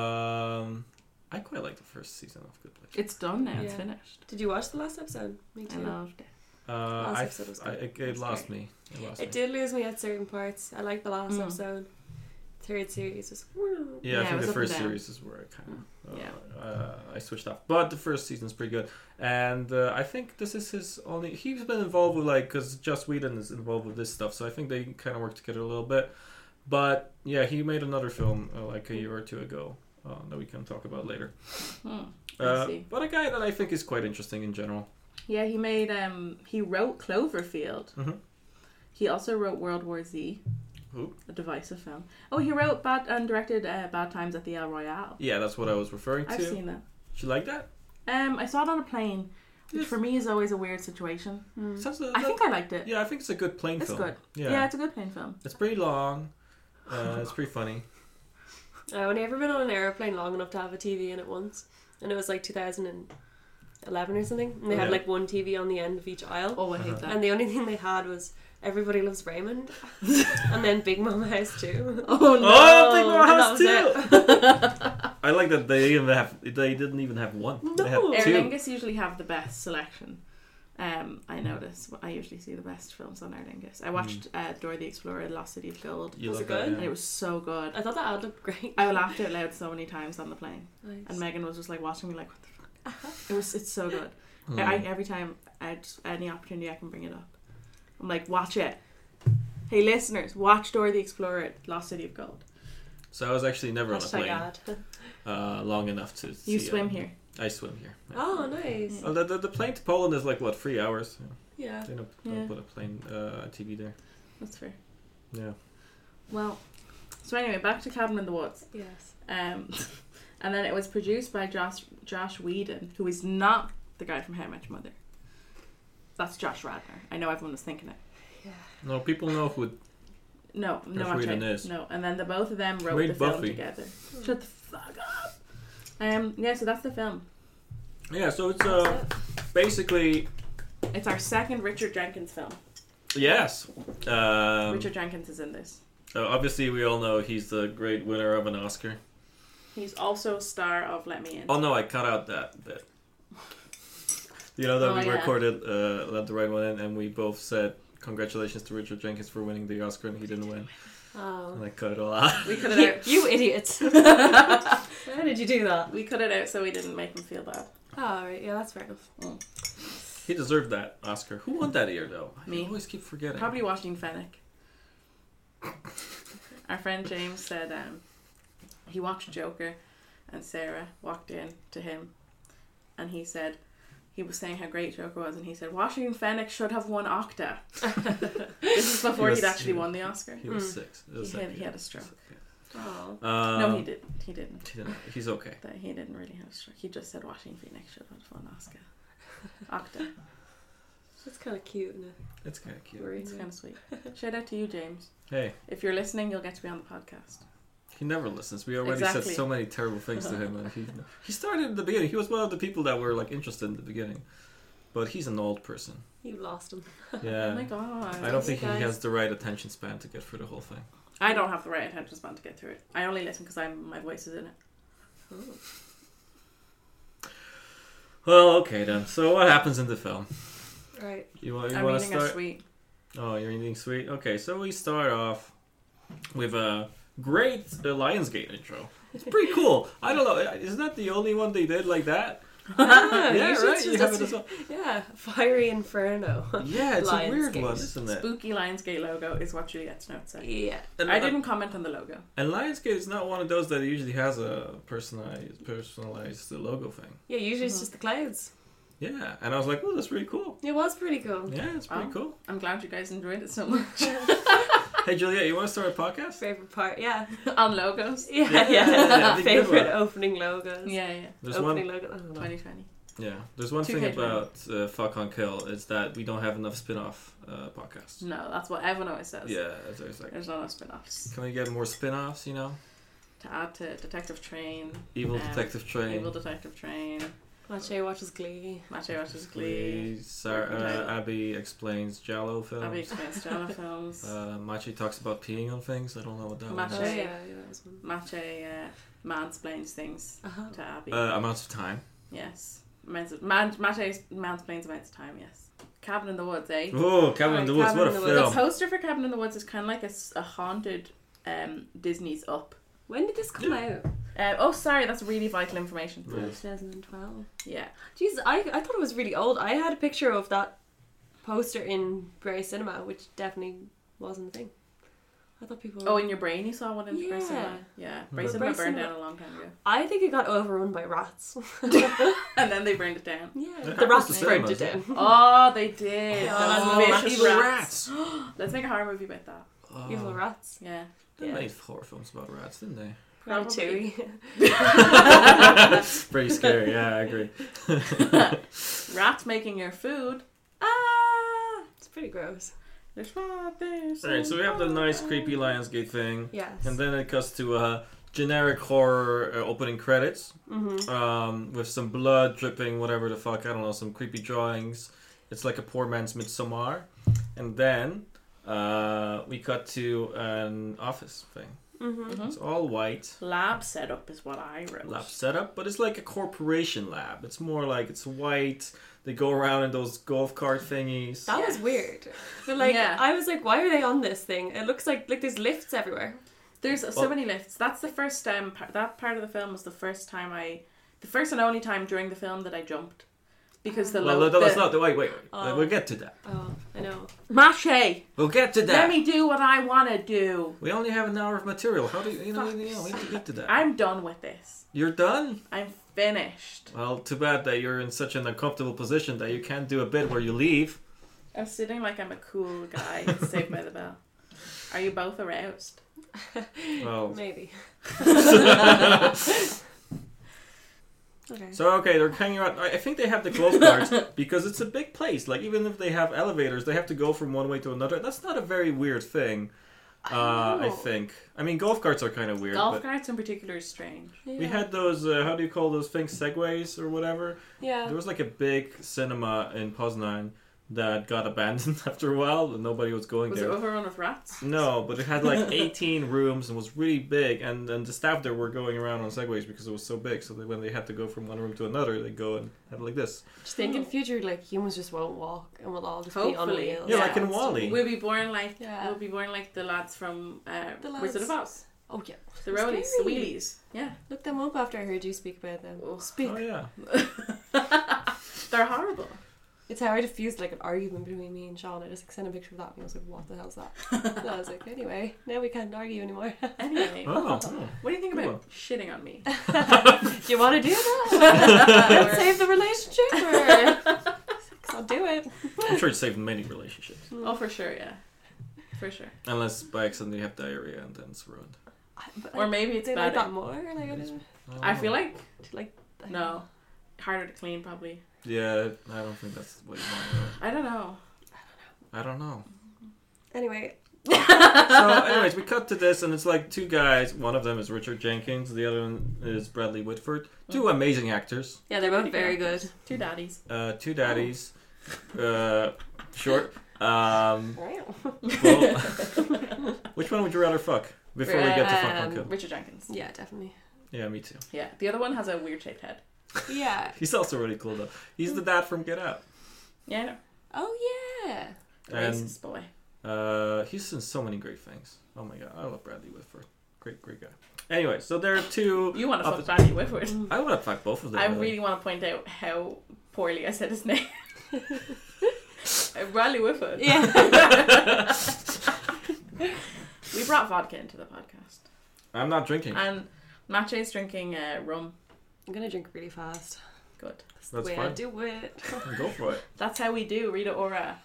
Um, I quite like the first season of Good Place. It's done now, it's Yeah. finished. [laughs] Did you watch the last episode? Me I too. loved it. Uh, Last I, episode was I, good. it, It it was lost great. me. It lost It me. did lose me at certain parts. I like the last Mm. episode. Third series was. Yeah, Yeah, I it think was the up and first down. Mm, series is where I kind of uh, Yeah. uh, I switched off. But the first season's pretty good, and uh, I think this is his only. He's been involved with like because Just Whedon is involved with this stuff, so I think they kind of work together a little bit. But yeah, he made another film uh, like a year or two ago uh, that we can talk about later. Hmm. I Uh, see. but a guy that I think is quite interesting in general. Yeah, he made um he wrote Cloverfield. Mhm. He also wrote World War Z. Who? A divisive film. Oh, he wrote Bad and directed uh, Bad Times at the El Royale. Yeah, that's what I was referring to. I've seen that. Did you like that? Um, I saw it on a plane, which Yes. for me is always a weird situation. Sounds a- Mm. I think I liked it. yeah, I think it's a good plane It's film. good. Yeah. it's a good plane film. It's pretty long. Uh, it's pretty funny. Uh, I've only ever been on an airplane long enough to have a TV in it once, and it was like 2011 or something. And they Yeah. had like one TV on the end of each aisle. Oh, I hate Uh-huh. that. And the only thing they had was Everybody Loves Raymond and then Big Mama House [laughs] too. oh no. Oh, Big Mama Mama and House that too. [laughs] I like that they even have they didn't even have one. They had No. Aer two. Lingus usually have the best selection. Um, I notice. I usually see the best films on Aer Lingus. I watched uh, Dora the Explorer, The Lost City of Gold, You Was it love good? and it That, Mm. yeah. was so good. I thought that ad looked great. I laughed out loud so many times on the plane, Nice. and Megan was just like watching me, like, "What the Uh-huh. fuck?" It was. It's so good. Hmm. I, I every time I just any opportunity I can bring it up, I'm like, watch it. Hey listeners, watch Dora the Explorer, Lost City of Gold. So I was actually never on a Hashtag plane ad. uh, long enough to. You see swim it. here. I swim here. Yeah. [laughs] Oh, nice. Uh, the, the, the plane to Poland is like what three hours. Yeah. They don't, don't Yeah. put a plane uh, TV there. That's fair. Yeah. Well, so anyway, back to Cabin in the Woods. Yes. Um, [laughs] and then it was produced by Josh Josh Whedon, who is not the guy from How I Met Your Mother. That's Josh Radner. I know everyone was thinking it. Yeah. No, people know who. No, no, Josh Whedon actually, is. no. And then the both of them wrote Read the film Buffy. together. Shut the fuck up. Um, yeah, so that's the film. Yeah, so it's uh, basically It's our second Richard Jenkins film. yes. Um, Richard Jenkins is in this. uh, obviously, we all know he's the great winner of an Oscar. He's also star of Let Me In. Oh no, I cut out that bit. You know that Oh, we yeah. recorded uh, let the right one in, and we both said congratulations to Richard Jenkins for winning the Oscar, and he didn't win. Oh. And I cut it all out. [laughs] We cut You, it you idiot. [laughs] How did you do that? out. We cut it out so we didn't make him feel bad. Oh, right. Yeah, that's fair enough. He deserved that Oscar. Who won that year though? Me. I always keep forgetting. Probably Washington Fennec. Our friend James said um, he watched Joker, and Sarah walked in to him, and he said he was saying how great Joker was, and he said Washington Fennec should have won Octa. [laughs] this is before He was- he'd actually won the Oscar. He was Mm. six. It Hmm. He was had, that he year. had a stroke. Oh. Um, no, he did. He didn't. he didn't. He's okay. That he didn't really have a stroke. He just said Washington Phoenix should have won Oscar. Octa. That's kind of cute in a It's kind of cute. story. It's kind of sweet. Shout out to you, James. Hey, If you're listening, you'll get to be on the podcast. he never listens. We already Exactly. said so many terrible things to him, [laughs] and he he started at the beginning. He was one of the people that were like interested in the beginning, but he's an old person. You lost him. [laughs] Oh my Yeah. god. Uh, I don't Hey, think he guys. has the right attention span to get through the whole thing. I don't have the right attention span to get through it. I only listen because I'm my voice is in it. Oh. Well, okay then. So what happens in the film? Right. [laughs] You want you I'm want to eating a start? sweet. Oh, you're eating sweet. Okay, so we start off with a great uh, Lionsgate intro. It's pretty cool. I don't know. Is that the only one they did like [laughs] that? [laughs] Ah, yeah, you should right. You have just- it as well. Yeah, fiery inferno. [laughs] Yeah, it's a weird Lionsgate. one, isn't it? Spooky Lionsgate logo is what Juliet's note said. yeah. And, I didn't comment on the logo. And Lionsgate is not one of those that usually has a personalized personalized logo thing. Yeah, usually it's Mhm. just the clouds. Yeah, and I was like, oh, that's pretty cool. It was pretty cool. Yeah, it's pretty Oh. cool. I'm glad you guys enjoyed it so much. [laughs] Hey, Juliet, you want to start a podcast? Favorite part, yeah. on logos. [laughs] Yeah, Yeah, yeah. yeah, big good Favorite one. opening logos. Yeah, yeah. There's opening one. logo. oh, I don't know. 2020. Yeah, there's one Two thing page one. about uh, Fuck on Kill is that we don't have enough spin-off uh, podcasts. No, that's what everyone always says. Yeah, there's like, There's no spin offs. can we get more spin-offs? You know, To add to Detective Train, Evil Um, Detective Train, Evil Detective Train, Mache watches Glee. Mateo watches Glee, Glee, Sar- uh, Abby explains Jello films. Abby Explains Jello films, [laughs] Uh, Machi talks about peeing on things. I don't know what that Machi. Oh, was. yeah, yeah, that was one. Mache uh, mansplains things Uh-huh. to Abby. Uh, amounts of time. Yes. Man's, man, Mate's mansplains amounts of time, yes. Cabin in the Woods, eh? Oh, Cabin in the Woods! Cabin What a in the Woods. The film! poster for Cabin in the Woods is kind of like a, s- a haunted um, Disney's Up. When did this come out? Uh, oh, sorry, that's really vital information. Yeah. 2012. Yeah. Jeez, I, I thought it was really old. I had a picture of that poster in Bray Cinema, which definitely wasn't a thing. I thought people were... Oh, in your brain, you saw one in Yeah. Brace Cinema. Yeah, Brace But Cinema Brace burned Cinema- down a long time ago. I think it got overrun by rats. [laughs] And then they burned it down. Yeah, That the happens rats to burned it [laughs] cinemas, down. Oh, they did. Oh, Those that's vicious evil rats. Let's make a horror movie about that. Oh, Evil rats. Yeah. They Yeah. made horror films about rats, [laughs] didn't they? Probably. Probably. Pretty scary. Yeah, I [laughs] agree. [laughs] Rats making your food. Ah! [laughs] it's pretty gross. There's rat there's All right, so we have the rat. nice creepy Lionsgate thing, Yes. and then it cuts to uh, generic horror uh, opening credits hmm um, with some blood dripping, whatever the fuck, I don't know, some creepy drawings. It's like a poor man's Midsommar, and then uh, we cut to an office thing. hmm Mhm. It's all white. Lab setup is what I wrote. lab setup, but it's like a corporation lab. It's more like it's white. They go around in those golf cart thingies. That was Yes. weird. [laughs] But like, Yeah. I was like, why are they on this thing? It looks like like there's lifts everywhere. There's so Well- many lifts. That's the first um par- that part of the film was the first time I, the first and only time during the film that I jumped. because the Well, lo- no, that's the- not the wait. Wait, wait. um, Oh. we'll get to that. Oh, I know. Mache. We'll get to that. Let me do what I want to do. We only have an hour of material. How do you, you know? Fuck's You know, we have to get to that. I'm done with this. You're done. I'm finished. Well, too bad that you're in such an uncomfortable position that you can't do a bit where you leave. I'm sitting like I'm a cool [laughs] guy, saved by the bell. Are you both aroused? Well, [laughs] Maybe. [laughs] okay. so okay, they're hanging out. I I think they have the [laughs] close parts because it's a big place. Like even if they have elevators, they have to go from one way to another. That's not a very weird thing. Uh, I know. think. I mean, golf carts are kind of weird. Golf but carts in particular is strange. we had those. Uh, how do you call those things? Segways or whatever. yeah. There was like a big cinema in Poznan that got abandoned [laughs] after a while, and nobody was going Was it there. overrun with rats? No, but it had [laughs] like 18 rooms and was really big, and and the staff there were going around on segways because it was so big. So that when they had to go from one room to another, they go and have it like this. Just think in future, like humans just won't walk, and we'll all just be on Hopefully. wheels. Yeah, Yeah, like in Wally. We'll be born like Yeah. we'll be born like the lads from uh, The lads. Wizard of Oz, Oh yeah. the Rollies, the Scary. Wheelies. Yeah, Look them up after I heard you speak about them. Oh. Speak. Oh yeah, they're [laughs] horrible. It's how I diffused like an argument between me and Sean. I just like, sent a picture of that, and I was like, "What the hell's [laughs] that?" and I was like, "Anyway, now we can't argue [laughs] anymore." Anyway, oh, oh. what do you think Good about shitting on [laughs] me? [laughs] do you want to do that? Let's Uh, [laughs] save the relationship, or [laughs] i I'll do it. I'm sure it saved many relationships. oh, for sure, yeah, for sure. Unless by accident you have diarrhea and then it's ruined. I- but, Or like, maybe it's do you like bad. that more? Like, I don't know. don't I know. feel like Do you like I- no, harder to clean probably. Yeah, I don't think that's what you want. I don't know. I don't [laughs] know. Anyway, so, anyways, we cut to this, and it's like two guys. One of them is Richard Jenkins, the other one is Bradley Whitford. Two amazing actors, yeah, they're both very actors. good. Two daddies. uh, two daddies, uh, short. Um, well, [laughs] yeah, which one would you rather fuck? Before we get to fuck on Um, Cook. Richard Jenkins. Yeah, definitely. Yeah, me too. Yeah, the other one has a weird shaped head. Yeah. He's also really cool though. He's the dad from Get Out, Yeah, I know. Oh [laughs] yeah. The And- racist boy. uh, he's in so many great things. Oh my god, I love Bradley Whitford. Great, great guy. Anyway, so there are two. You want to oppo- fuck Bradley Whitford? I would have fucked both of them. I really. really want to point out how poorly I said his [laughs] name. [laughs] Uh, Bradley Whitford. [laughs] Yeah. We brought vodka into the podcast, [laughs] I'm not drinking. and Mache is drinking uh, rum. I'm gonna drink really fast. Good. That's, That's the way I fine. do it. Go for it. That's how we do. Rita Ora.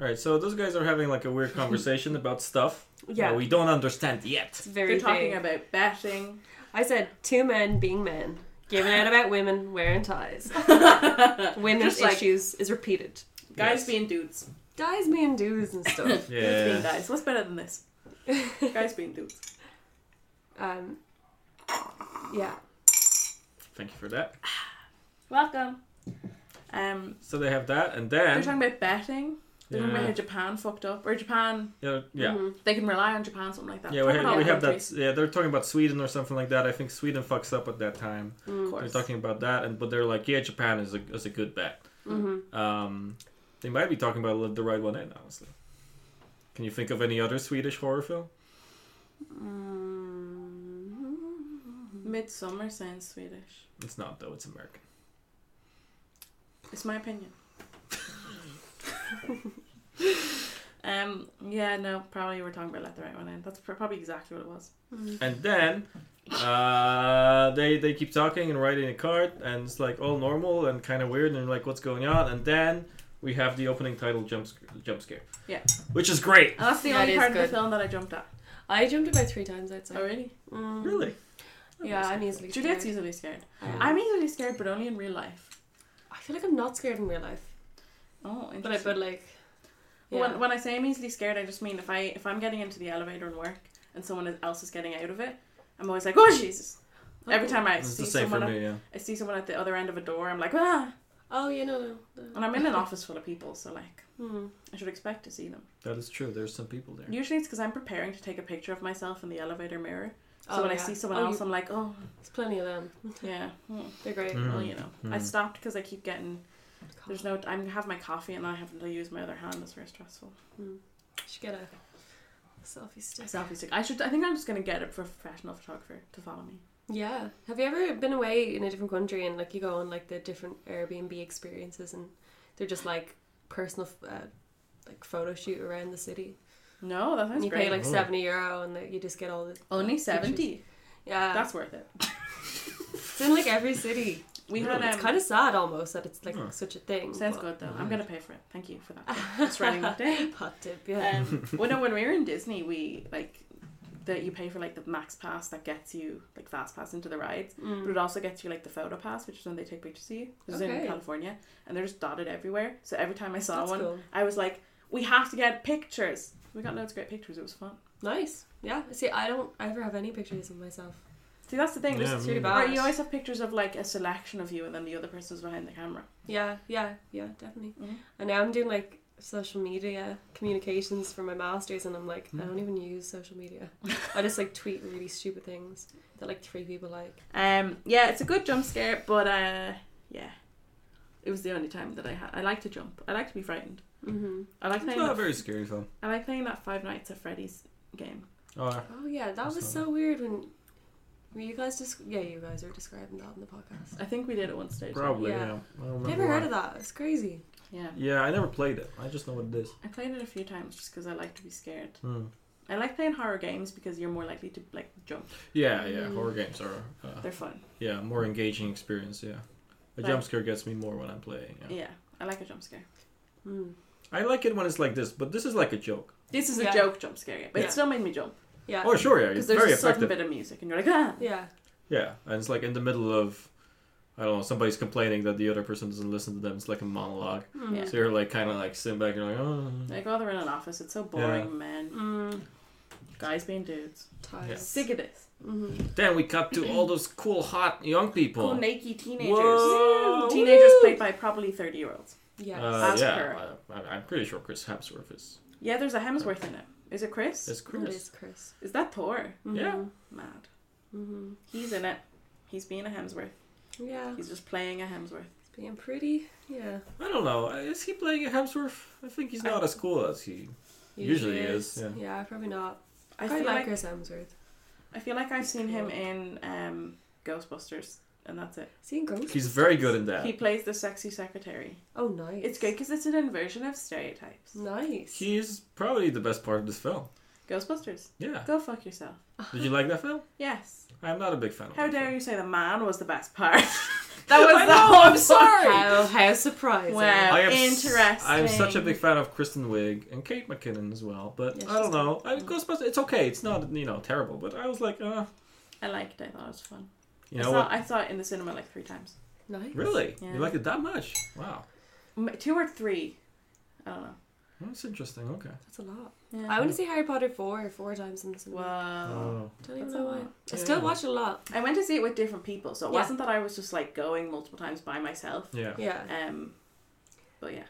All right, so those guys are having like a weird conversation about stuff Yeah. that we don't understand yet. It's very They're talking big. about betting. I said two men being men, giving out about women wearing [laughs] ties. Women's Just like- issues is repeated. Guys Yes. being dudes. Guys being dudes and [laughs] stuff. Dudes being guys. What's better than this? guys being dudes. um, yeah. Thank you for that. Welcome. Um, So they have that, and they're then talking about betting. They Remember how yeah, Japan fucked up, or Japan? yeah, yeah. Mhm. They can rely on Japan, something like that. Yeah, we Talking have, we Mm-hmm. about have that. countries, Yeah, they're talking about Sweden or something like that. I think Sweden fucks up at that time. Of They're course. talking about that, and but they're like, yeah, Japan is a is a good bet. Mhm. Um, they might be talking about the right one in, honestly. Can you think of any other Swedish horror film? Um, Mm. Midsummer sounds Swedish. It's not though. It's American. It's my opinion. um. Yeah. No. Probably we're talking about let the right one in. That's pr- probably exactly what it was. And then uh, they they keep talking and writing a card, and it's like all normal and kind of weird, and you're like, what's going on? And then we have the opening title jump sc- jump scare. Yeah. Which is great. And that's the That only is part of good. the film that I jumped at. I jumped about three times, I'd say. Oh really? Mm. Really. Yeah, I'm easily Juliet's scared. easily scared. Um, I'm easily scared, but only in real life. I feel like I'm not scared in real life. Oh, interesting. But I but like yeah. When, when I say I'm easily scared, I just mean if I if I'm getting into the elevator and work and someone else is getting out of it, I'm always like, oh Jesus! Every Oh. time I It's see the same for someone, at, me. Yeah. I see someone at the other end of a door, I'm like, ah! Oh yeah, no, no. no. And I'm in an [laughs] office full of people, so like, Hmm. I should expect to see them. That is true. There's some people there. Usually it's because I'm preparing to take a picture of myself in the elevator mirror. So Oh, when I yeah. see someone Oh, else, you- I'm like, oh, there's plenty of them. yeah. hmm, They're great. Mm. Well, you know, I hmm. stopped because I keep getting. There's no. I have my coffee and I have to use my other hand. That's very stressful. Hmm. Should get a selfie stick. Selfie stick. I should. I think I'm just gonna get it for a professional photographer to follow me. Yeah. Have you ever been away in a different country and like you go on like the different Airbnb experiences and they're just like personal uh, like photo shoot around the city? No, that sounds and you great. pay like Oh. seventy euro and like, you just get all the Only pictures. seventy. Yeah, That's worth it. it's in like every city. We Really? had It's um, kind of sad almost that it's like Hmm. such a thing. sounds but- good though. I'm gonna pay for it. Thank you for that. It's running that day. [laughs] Hot tip, yeah. Ah, [laughs] Um, well, no, when we were in Disney, we like that you pay for like the max pass that gets you like fast pass into the rides, but Mm. it also gets you like the photo pass, which is when they take pictures of you. This is in Okay. California, and they're just dotted everywhere. So every time I saw That's one, cool. I was like, "We have to get pictures." We got loads of great pictures. It was fun. Nice. Yeah. See, I don't ever have any pictures of myself. See, that's the thing. Yeah, there's- It's really Mm. bad. Right, you always have pictures of like a selection of you, and then the other person's behind the camera. Yeah, yeah, yeah, definitely. Mhm. And now I'm doing like social media communications for my masters, and I'm like, Hmm. I don't even use social media. I just like tweet really stupid things that like three people like. Um, yeah, it's a good jump scare, but uh, yeah, it was the only time that I had. I like to jump. I like to be frightened. Mm-hmm. I like It's playing not a that very scary film. I like playing that Five Nights at Freddy's game. Oh, Oh yeah, that was So- so weird when. Were you guys just yeah? You guys were describing that on the podcast. I think we did at one stage. probably. Yeah. Yeah. I don't remember Never heard why. of that. It's crazy. Yeah. Yeah, I never played it. I just know what it is. I played it a few times just because I like to be scared. Hmm. I like playing horror games because you're more likely to like jump. Yeah, yeah. Mm. Horror games are, uh, They're fun. yeah, more engaging experience. Yeah, a Right. jump scare gets me more when I'm playing. Yeah. Yeah. I like a jump scare. Mm. I like it when it's like this, but this is like a joke. This is a Yeah. joke jump scare, yeah, but Yeah. it still made me jump Yeah. Oh, sure, yeah, because it's Uh, there's very a sudden effective. bit of music and you're like ah. yeah. Yeah, and it's like in the middle of, I don't know, somebody's complaining that the other person doesn't listen to them. It's like a monologue. Mm. Yeah. So you're like kind of like sitting back and you're like, oh. Like oh, they're in an office. It's so boring, Yeah. man. Mm. Guys being dudes. Ties. Yeah. Sick of this. Mhm. Then we cut to all those cool, hot young people. Cool naked teenagers. Whoa. Teenagers Woo. played by probably thirty year olds. Yes. Uh, Ask yeah, her. I, I- I'm pretty sure Chris Hemsworth is Yeah, there's a Hemsworth in it. Is it Chris? is It Chris. is Chris. Is that Thor? Yeah. Mad. Mm-hmm. He's in it. He's being a Hemsworth. Yeah. He's just playing a Hemsworth. It's being pretty. Yeah. I don't know. Is he playing a Hemsworth? I think he's not as cool as he. Usually he is, yeah. probably not. I I, feel like, like Chris Hemsworth. I feel like I've seen him in um, Ghostbusters, and that's it. Seeing Ghost. He's very good in He that. plays the sexy secretary. Oh, nice. It's good because it's an inversion of stereotypes. Nice. He's probably the best part of this film. Ghostbusters, Yeah. go fuck yourself. Did you like that film? Yes. I'm not a big fan of How that dare film. you say the man was the best part? [laughs] that was [laughs] I the know, whole. I'm sorry. How how surprising. Wow. I am s- Interesting. I'm such a big fan of Kristen Wiig and Kate McKinnon as well, but Yeah, I don't she's know. I, Mm-hmm. Ghostbusters, it's okay. It's not you know terrible, but I was like, uh, I liked it. I thought it was fun. you I, know saw, what? I saw it in the cinema like three times. Nice. Really, Yeah. you liked it that much? Wow, M- Two or three. I don't know. that's interesting. Okay. That's a lot. Yeah. I want to see Harry Potter four four times in the cinema. Whoa. Oh. Don't even That's a know why. lot. I still Yeah. watch a lot. I went to see it with different people, so it Yeah. wasn't that I was just like going multiple times by myself. Yeah. Yeah. Um, but yeah,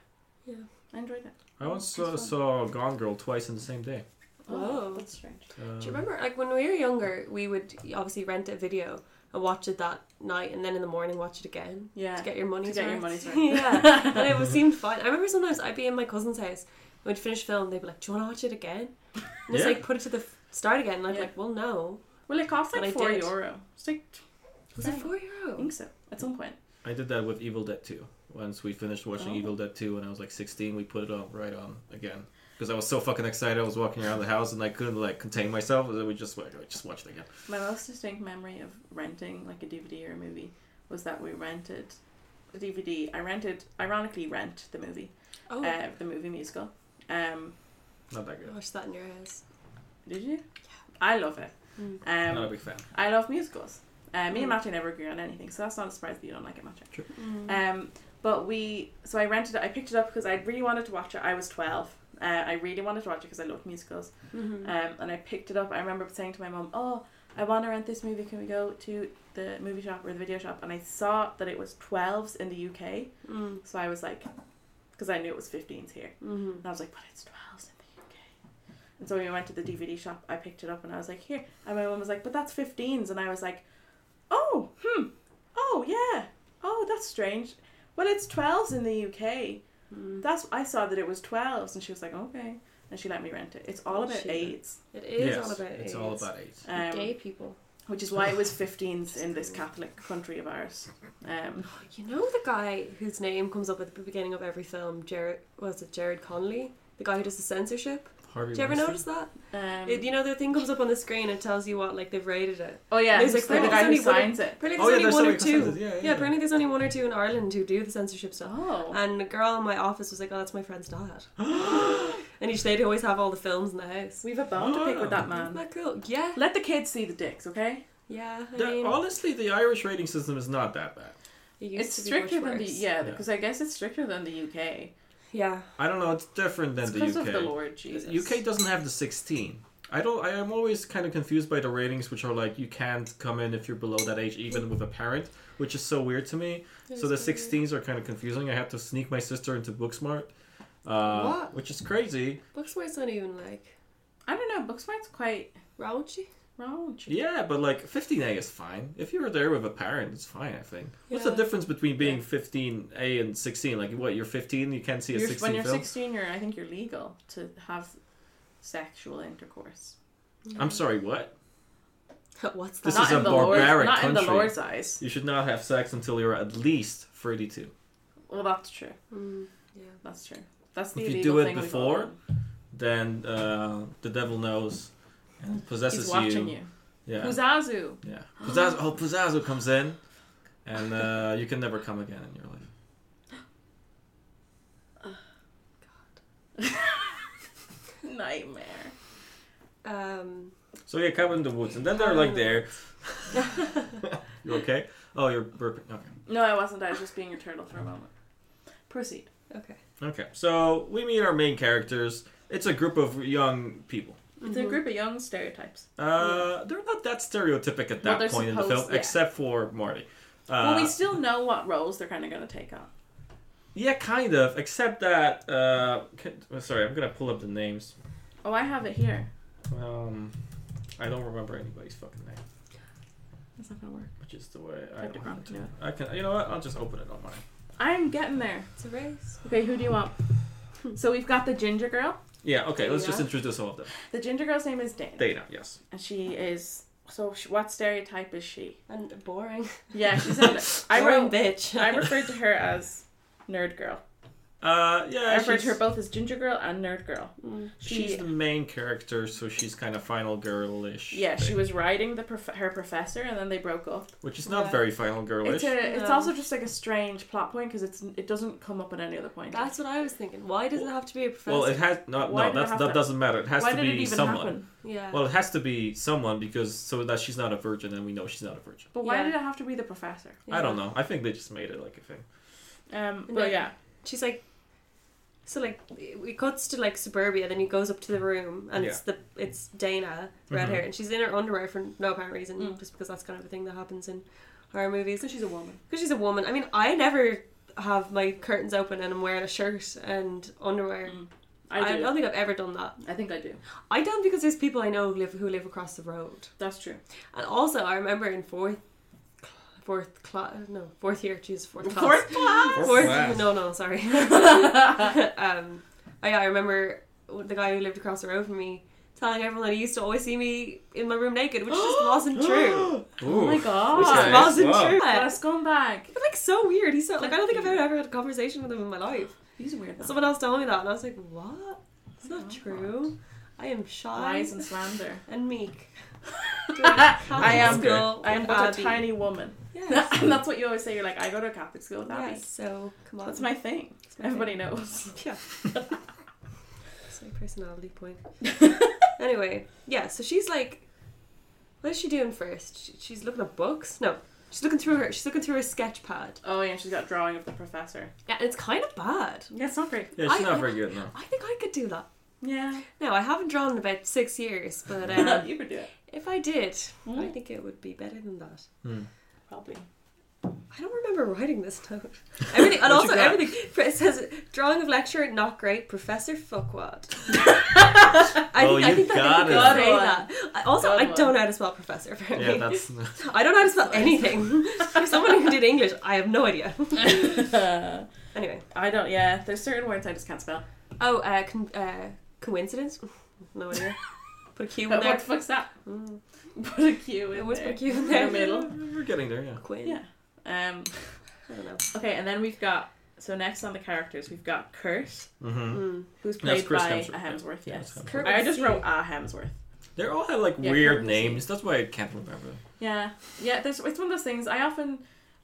Yeah. I enjoyed it. I once That's uh, fun. saw Gone Girl twice in the same day. Whoa. that's strange. Uh, Do you remember, like, when we were younger, we would obviously rent a video and watch it that night, and then in the morning watch it again. Yeah, to get your money's get your worth. money's [laughs] worth. [laughs] yeah, and it was, seemed fine. I remember sometimes I'd be in my cousin's house, and we'd finish film, they'd be like, "Do you want to watch it again?" And it's Yeah. like put it to the f- start again, and I'd Yeah. be like, "Well, no." well, it cost But I like four did. euro. It's like Was Right. it four I euro? think so at some point. I did that with Evil Dead 2. Once we finished watching Oh. Evil Dead 2 when I was like 16, we put it on right on again. Because I was so fucking excited, I was walking around the house and I couldn't like contain myself. So we just like, just watched it again. My most distinct memory of renting like a DVD or a movie was that we rented the DVD. I rented, ironically, rent the movie, Oh, uh, the movie musical. Um, Not that good. watch that in your house. did you? Yeah. I love it. Mm. Um, Not a big fan. I love musicals. Uh, me Mm. and Matthew never agree on anything, so that's not a surprise that you don't like it, Matthew. Mm. Um, but we, so I rented it. I picked it up because I really wanted to watch it. I was twelve. Uh, I really wanted to watch it because I loved musicals. Mhm. Um, and I picked it up. I remember saying to my mom, "Oh, I want to rent this movie. Can we go to the movie shop or the video shop?" And I saw that it was twelves in the UK, Mm. so I was like, because I knew it was fifteens here, Mhm. and I was like, "But it's twelves in the UK." And so when we went to the DVD shop, I picked it up and I was like, "Here," and my mom was like, "But that's 15s," and I was like, "Oh, hmm, oh yeah, oh that's strange." Well, it's 12s in the UK. Mm. That's I saw that it was 12s, and she was like, "Okay," and she let me rent it. It's all about Shit. AIDS. It is Yes, all about It's all AIDS. about AIDS. Um, gay people. which is why it was 15th in this Catholic country of [laughs] ours. Um, You know the guy whose name comes up at the beginning of every film, Jared was it Jared Connolly? The guy who does the censorship? Harvey. Did you ever Weinstein. [gasps] notice that? um, It- you know the thing comes up on the screen and tells you what like they've rated it. oh yeah, There's it's like- like the guy who there's only one- signs it. Apparently Oh, yeah, there's there's only one or somebody two. consented. Yeah, yeah, yeah, yeah. apparently there's only one or two in Ireland who do the censorship stuff. Oh, And a girl in my office was like, "Oh, that's my friend's dad," and each they'd always have all the films in the house. we have a bone to pick with that Isn't man. that cool? Yeah, Let the kids see the dicks, okay? yeah. I The- mean, honestly, the Irish rating system is not that bad. it used It's to be much stricter than the worse. yeah, Yeah. because I guess it's stricter than the UK. yeah. I don't know. It's different than It's the UK. because of the Lord Jesus. UK doesn't have the 16. I don't. I am always kind of confused by the ratings, which are like you can't come in if you're below that age, even with a parent, which is so weird to me. That so is the so 16s are kind of confusing. I had to sneak my sister into Booksmart, uh, What? which is crazy. Booksmart's not even like I don't know. Booksmart's quite raunchy. wrong. Yeah, but like 15A is fine. If you were there with a parent, it's fine. I think. What's the Yeah. difference between being Yeah. 15A and 16? Like what? You're 15, you can't see a You're- 16 when you're film. 16, you're I think you're legal to have sexual intercourse. I'm sorry. What? [laughs] What's that? This is a in the Lord's- barbaric Not in the country. Lord's eyes. You should not have sex until you're at least 32. Well, that's true. Mm, yeah. That's true. That's the If you illegal do it thing we've all before, done. Then uh, the devil knows and possesses he's watching you. you. Yeah. Puzazu. Yeah. Pizzazz- oh, Pizzazo comes in, [gasps] and uh, you can never come again in your life. Nightmare. Um, So yeah, come in the woods, and then they're [laughs] like there. you okay? Oh, you're burping. Okay. No, I wasn't. I was just being your turtle for a moment. Proceed. okay. Okay. So we meet our main characters. It's a group of young people. Mm-hmm. It's a group of young stereotypes. Uh, they're not that stereotypic at Well, that they're point in the supposed- film, yeah. except for Marty. Uh, well, we still know what roles they're kind of going to take on. yeah, kind of. Except that. Uh, can- oh, sorry, I'm gonna pull up the names. Oh, I have it here. Um, I don't remember anybody's fucking name, That's not going to work. which is the way I Type it don't wrong, have to. yeah. I can. You know what? I'll just open it on mine. I'm getting there. It's a race. Okay, who do you want? so we've got the ginger girl. Yeah. Okay. Let's just Yeah. introduce all of them. The ginger girl's name is Dana. Dana. Yes. and she is. So, sh what stereotype is she? And [laughs] boring. Yeah, she's [laughs] in. I Boring wrote. bitch. I referred to her as nerd girl. Uh, I yeah. referred She's, to her both as ginger girl and nerd girl. [laughs] Mm. she's she- the main character, so she's kind of final girlish. Yeah, she thing, was riding the prof- her professor, and then they broke up. Which is not Yeah. very final girlish. It's a, it's No. also just like a strange plot point because it's it doesn't come up at any other point. That's what I was thinking. Why does it have to be a professor? well, it has no. Why No, did it that's, have that to- doesn't matter. It has Why to did be it even someone. happen? yeah. Well, it has to be someone because so that she's not a virgin, and we know she's not a virgin. But why Yeah. did it have to be the professor? I don't Yeah. know. I think they just made it like a thing. Um, No. but yeah, She's like, so like it cuts to like suburbia. Then he goes up to the room, and it's the it's Dana red Mhm. hair, and she's in her underwear for no apparent reason, Mm. just because that's kind of a thing that happens in horror movies. because she's a woman. Because she's a woman. I mean, I never have my curtains open and I'm wearing a shirt and underwear. Mm. I, I do. don't think I've ever done that. I think I do. I don't because there's people I know who live who live across the road. That's true. And also, I remember in fourth, fourth class, no, fourth year, she's fourth class. Fourth class. Fourth Fourth- class. no, no, [laughs] sorry. [laughs] um, I, I remember the guy who lived across the road from me telling everyone that he used to always see me in my room naked, which [gasps] just wasn't true. Oh my Ooh. god. Which Okay. just wasn't Wow. true. What a But scumbag. like so weird. He's so like I don't think I've ever, ever had a conversation with him in my life. He's a weird. Someone else told me that, and I was like, "What? It's Oh, not true. I am shy Lies and slander. [laughs] [laughs] and meek." I am. Okay. school. I am with but Abby. a tiny woman. Yes. [laughs] and that's what you always say. You're like, I go to a Catholic school. With Abby. yes. So come on. That's my thing. It's my Everybody thing. knows. [laughs] Yeah. It's my personality point. [laughs] Anyway, yeah. So she's like, what is she doing first? She, she's looking at books. No, she's looking through her. She's looking through her sketch pad. oh yeah, she's got drawing of the professor. Yeah, and it's kind of bad. Yeah, it's not great. Yeah, she's I- not very [laughs] good. No. I think I could do that. Yeah, No, I haven't drawn in about six years, but um, [laughs] you could do it if I did, Hmm. I think it would be better than that. [laughs] probably. I don't remember writing this note. [laughs] Everything and What you also got? everything [laughs] it says drawing of lecture not great. Professor fuckwad. I Oh, think, I you think that got they it. could say Good that. I, also, Good I one. don't know how to spell professor. Yeah, Apparently, that's. [laughs] I don't know how to spell anything. [laughs] For someone who did English, I have no idea. [laughs] Anyway, I don't. Yeah, there's certain words I just can't spell. oh, uh, con- uh, coincidence. [laughs] No idea. Put a Q in But what there. the fuck's that? [laughs] Put a Q in Always there. put Mm. Q in In there. the middle. We're getting there, yeah. Quinn. Yeah. Um, I don't know. okay, and then we've got so next on the characters we've got Kurt, Mm-hmm. who's That's played Chris by Hemsworth, a yeah. Hemsworth. Yeah, Yes, that's Hemsworth. Kurt I just with wrote a Hemsworth. They all have like Yeah, weird Curtis. names. That's why I can't remember. them. Yeah, yeah. There's it's one of those things. I often,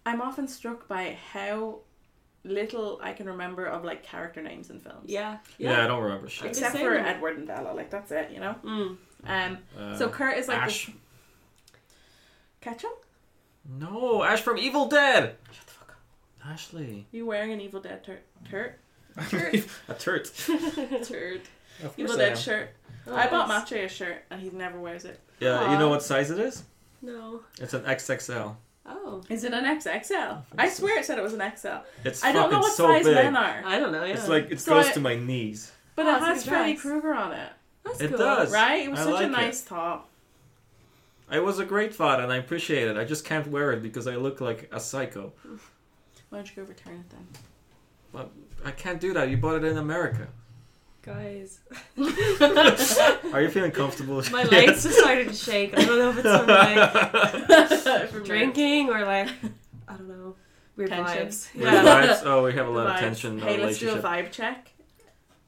I'm often struck by how little I can remember of like character names in films. Yeah. Yeah, I don't remember shit. Except Same. for Edward and Bella, like that's it, you know. Mm. Um, Uh, so Kurt is like Ash. this. Ketchum, No, Ash from Evil Dead. shut the fuck up. Ashley. You wearing an Evil Dead tur- [laughs] tur- Turd. [laughs] [laughs] a turd. turd? Of Evil course I Dead am. shirt. Oh, I bought that's- Mache a shirt and he never wears it. Yeah, you know Aw. what size it is? No. It's an XXL. Oh. Is it an XXL? [laughs] I swear it said it was an XL. It's I don't fucking know what so size big. men are, I don't know. Yeah. It's like it So goes I- to my knees. but Oh, it it's has like a Freddy dress. Krueger on it, That's It cool. does. right? It was I such like a it. nice top. It was a great thought, and I appreciate it. I just can't wear it because I look like a psycho. Why don't you go return it then? I can't do that. You bought it in America. Guys. Are you [laughs] feeling comfortable? [laughs] [laughs] My legs just started to shake. I don't know if it's from like [laughs] From drinking or like [laughs] I don't know. Weird Tension. vibes. Weird Yeah. vibes. Oh, we have a The lot of vibes. tension in our Hey, let's do a relationship. vibe check.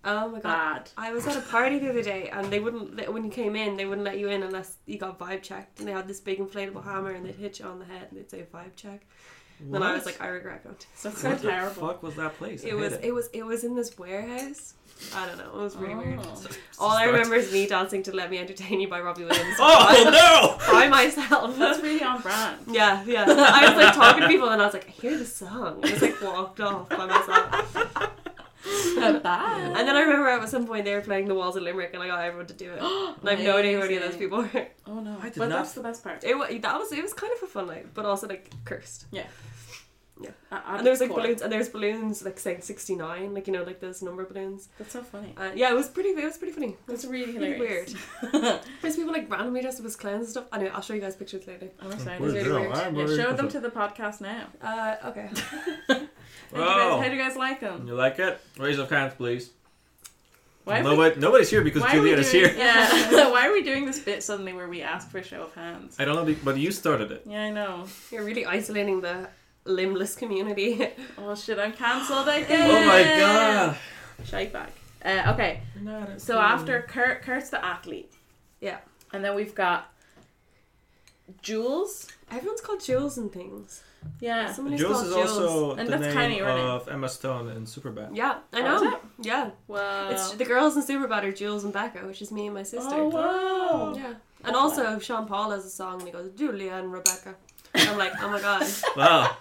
Oh my god. Bad. I was at a party the other day and they wouldn't let, when you came in they wouldn't let you in unless you got vibe checked and they had this big inflatable hammer and they'd hit you on the head and they'd say vibe check and then I was like I regret going to That's so what the terrible. fuck was that place? I it hate was it. it was it was in this warehouse I don't know it was really weird Oh. all I Start. remember is me dancing to Let Me Entertain You by Robbie Williams [laughs] [laughs] Oh no! by myself That's really on [laughs] brand. yeah yeah I was like talking to people and I was like I hear the song I just like walked off by myself [laughs] Bad. and then I [gasps] remember at some point they were playing The Walls of Limerick and I got everyone to do it and I have no idea who any of those Amazing. people were Oh no. I did but not- that's the best part. It was that was it was kind of a fun night, but also like cursed. Uh, uh, And there was like cool. balloons, and there's balloons like saying sixty nine, like you know, like those number balloons. That's so funny. Uh, yeah, it was pretty. It was pretty funny. That's really Really hilarious. weird. There's people like randomly dressed up as clowns and stuff. Anyway, I'll show you guys pictures later. [laughs] I'm excited. We're really weird. Yeah, show them to the podcast now. Uh, okay. How do you guys, how do you guys like them? You like it? Raise of hands, please. Why, are we- Nobody, nobody's here because why are we Juliet doing? is here. [laughs] Yeah. [laughs] why are we doing this bit suddenly where we ask for a show of hands? I don't know, be- but you started it. Yeah, I know. You're really isolating the limbless community. [laughs] Oh shit! I'm cancelled again. Oh my god! Shite back. Uh, okay, so after Kurt, Kurt's the athlete. Yeah. And then we've got Jules. Everyone's called Jules and things. Yeah. Somebody's Jules called is Jules. also And the that's name Kylie Renner. of Emma Stone in Superbad. Yeah, I Oh, is know. yeah, Wow. it's the girls in Superbad are Jules and Becca, which is me and my sister. oh wow. Yeah. And also, Sean Paul has a song and he goes, Julia and Rebecca. And I'm like, oh my [laughs] god, Wow,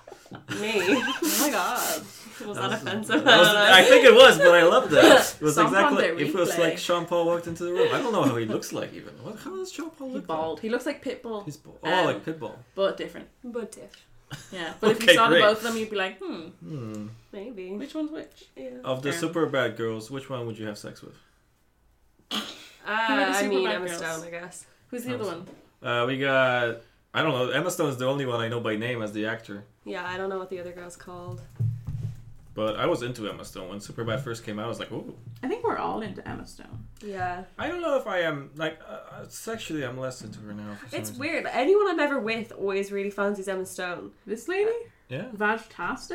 me. Oh my god. [laughs] Was That that was- offensive? That was- I think it was, but I [laughs] loved that. It was Some exactly. Conte It was replay. like Sean Paul walked into the room. I don't know how he looks like even. What, how does Sean Paul He look? bald. He looks like Pitbull, Like? He's bald. Oh, Um, like Pitbull. but different. [laughs] but diff. Yeah. But if you Okay, saw the great. both of them, you'd be like, hmm, Hmm. Maybe. which one's which? Yeah. Of the Um, Superbad girls, which one would you have sex with? Uh, I mean, Superbad Emma girls. Stone, I guess. Who's the other one? Uh, we got. I don't know. Emma Stone's the only one I know by name as the actor. Yeah, I don't know what the other girl's called. But I was into Emma Stone when Superbad first came out. I was like, ooh. I think we're all into Emma Stone. Yeah. I don't know if I am like uh, uh, sexually. I'm less into her now. For some It's reason. weird. Anyone I'm ever with always really fancies Emma Stone. This lady? Yeah. Uh, Vajtastic?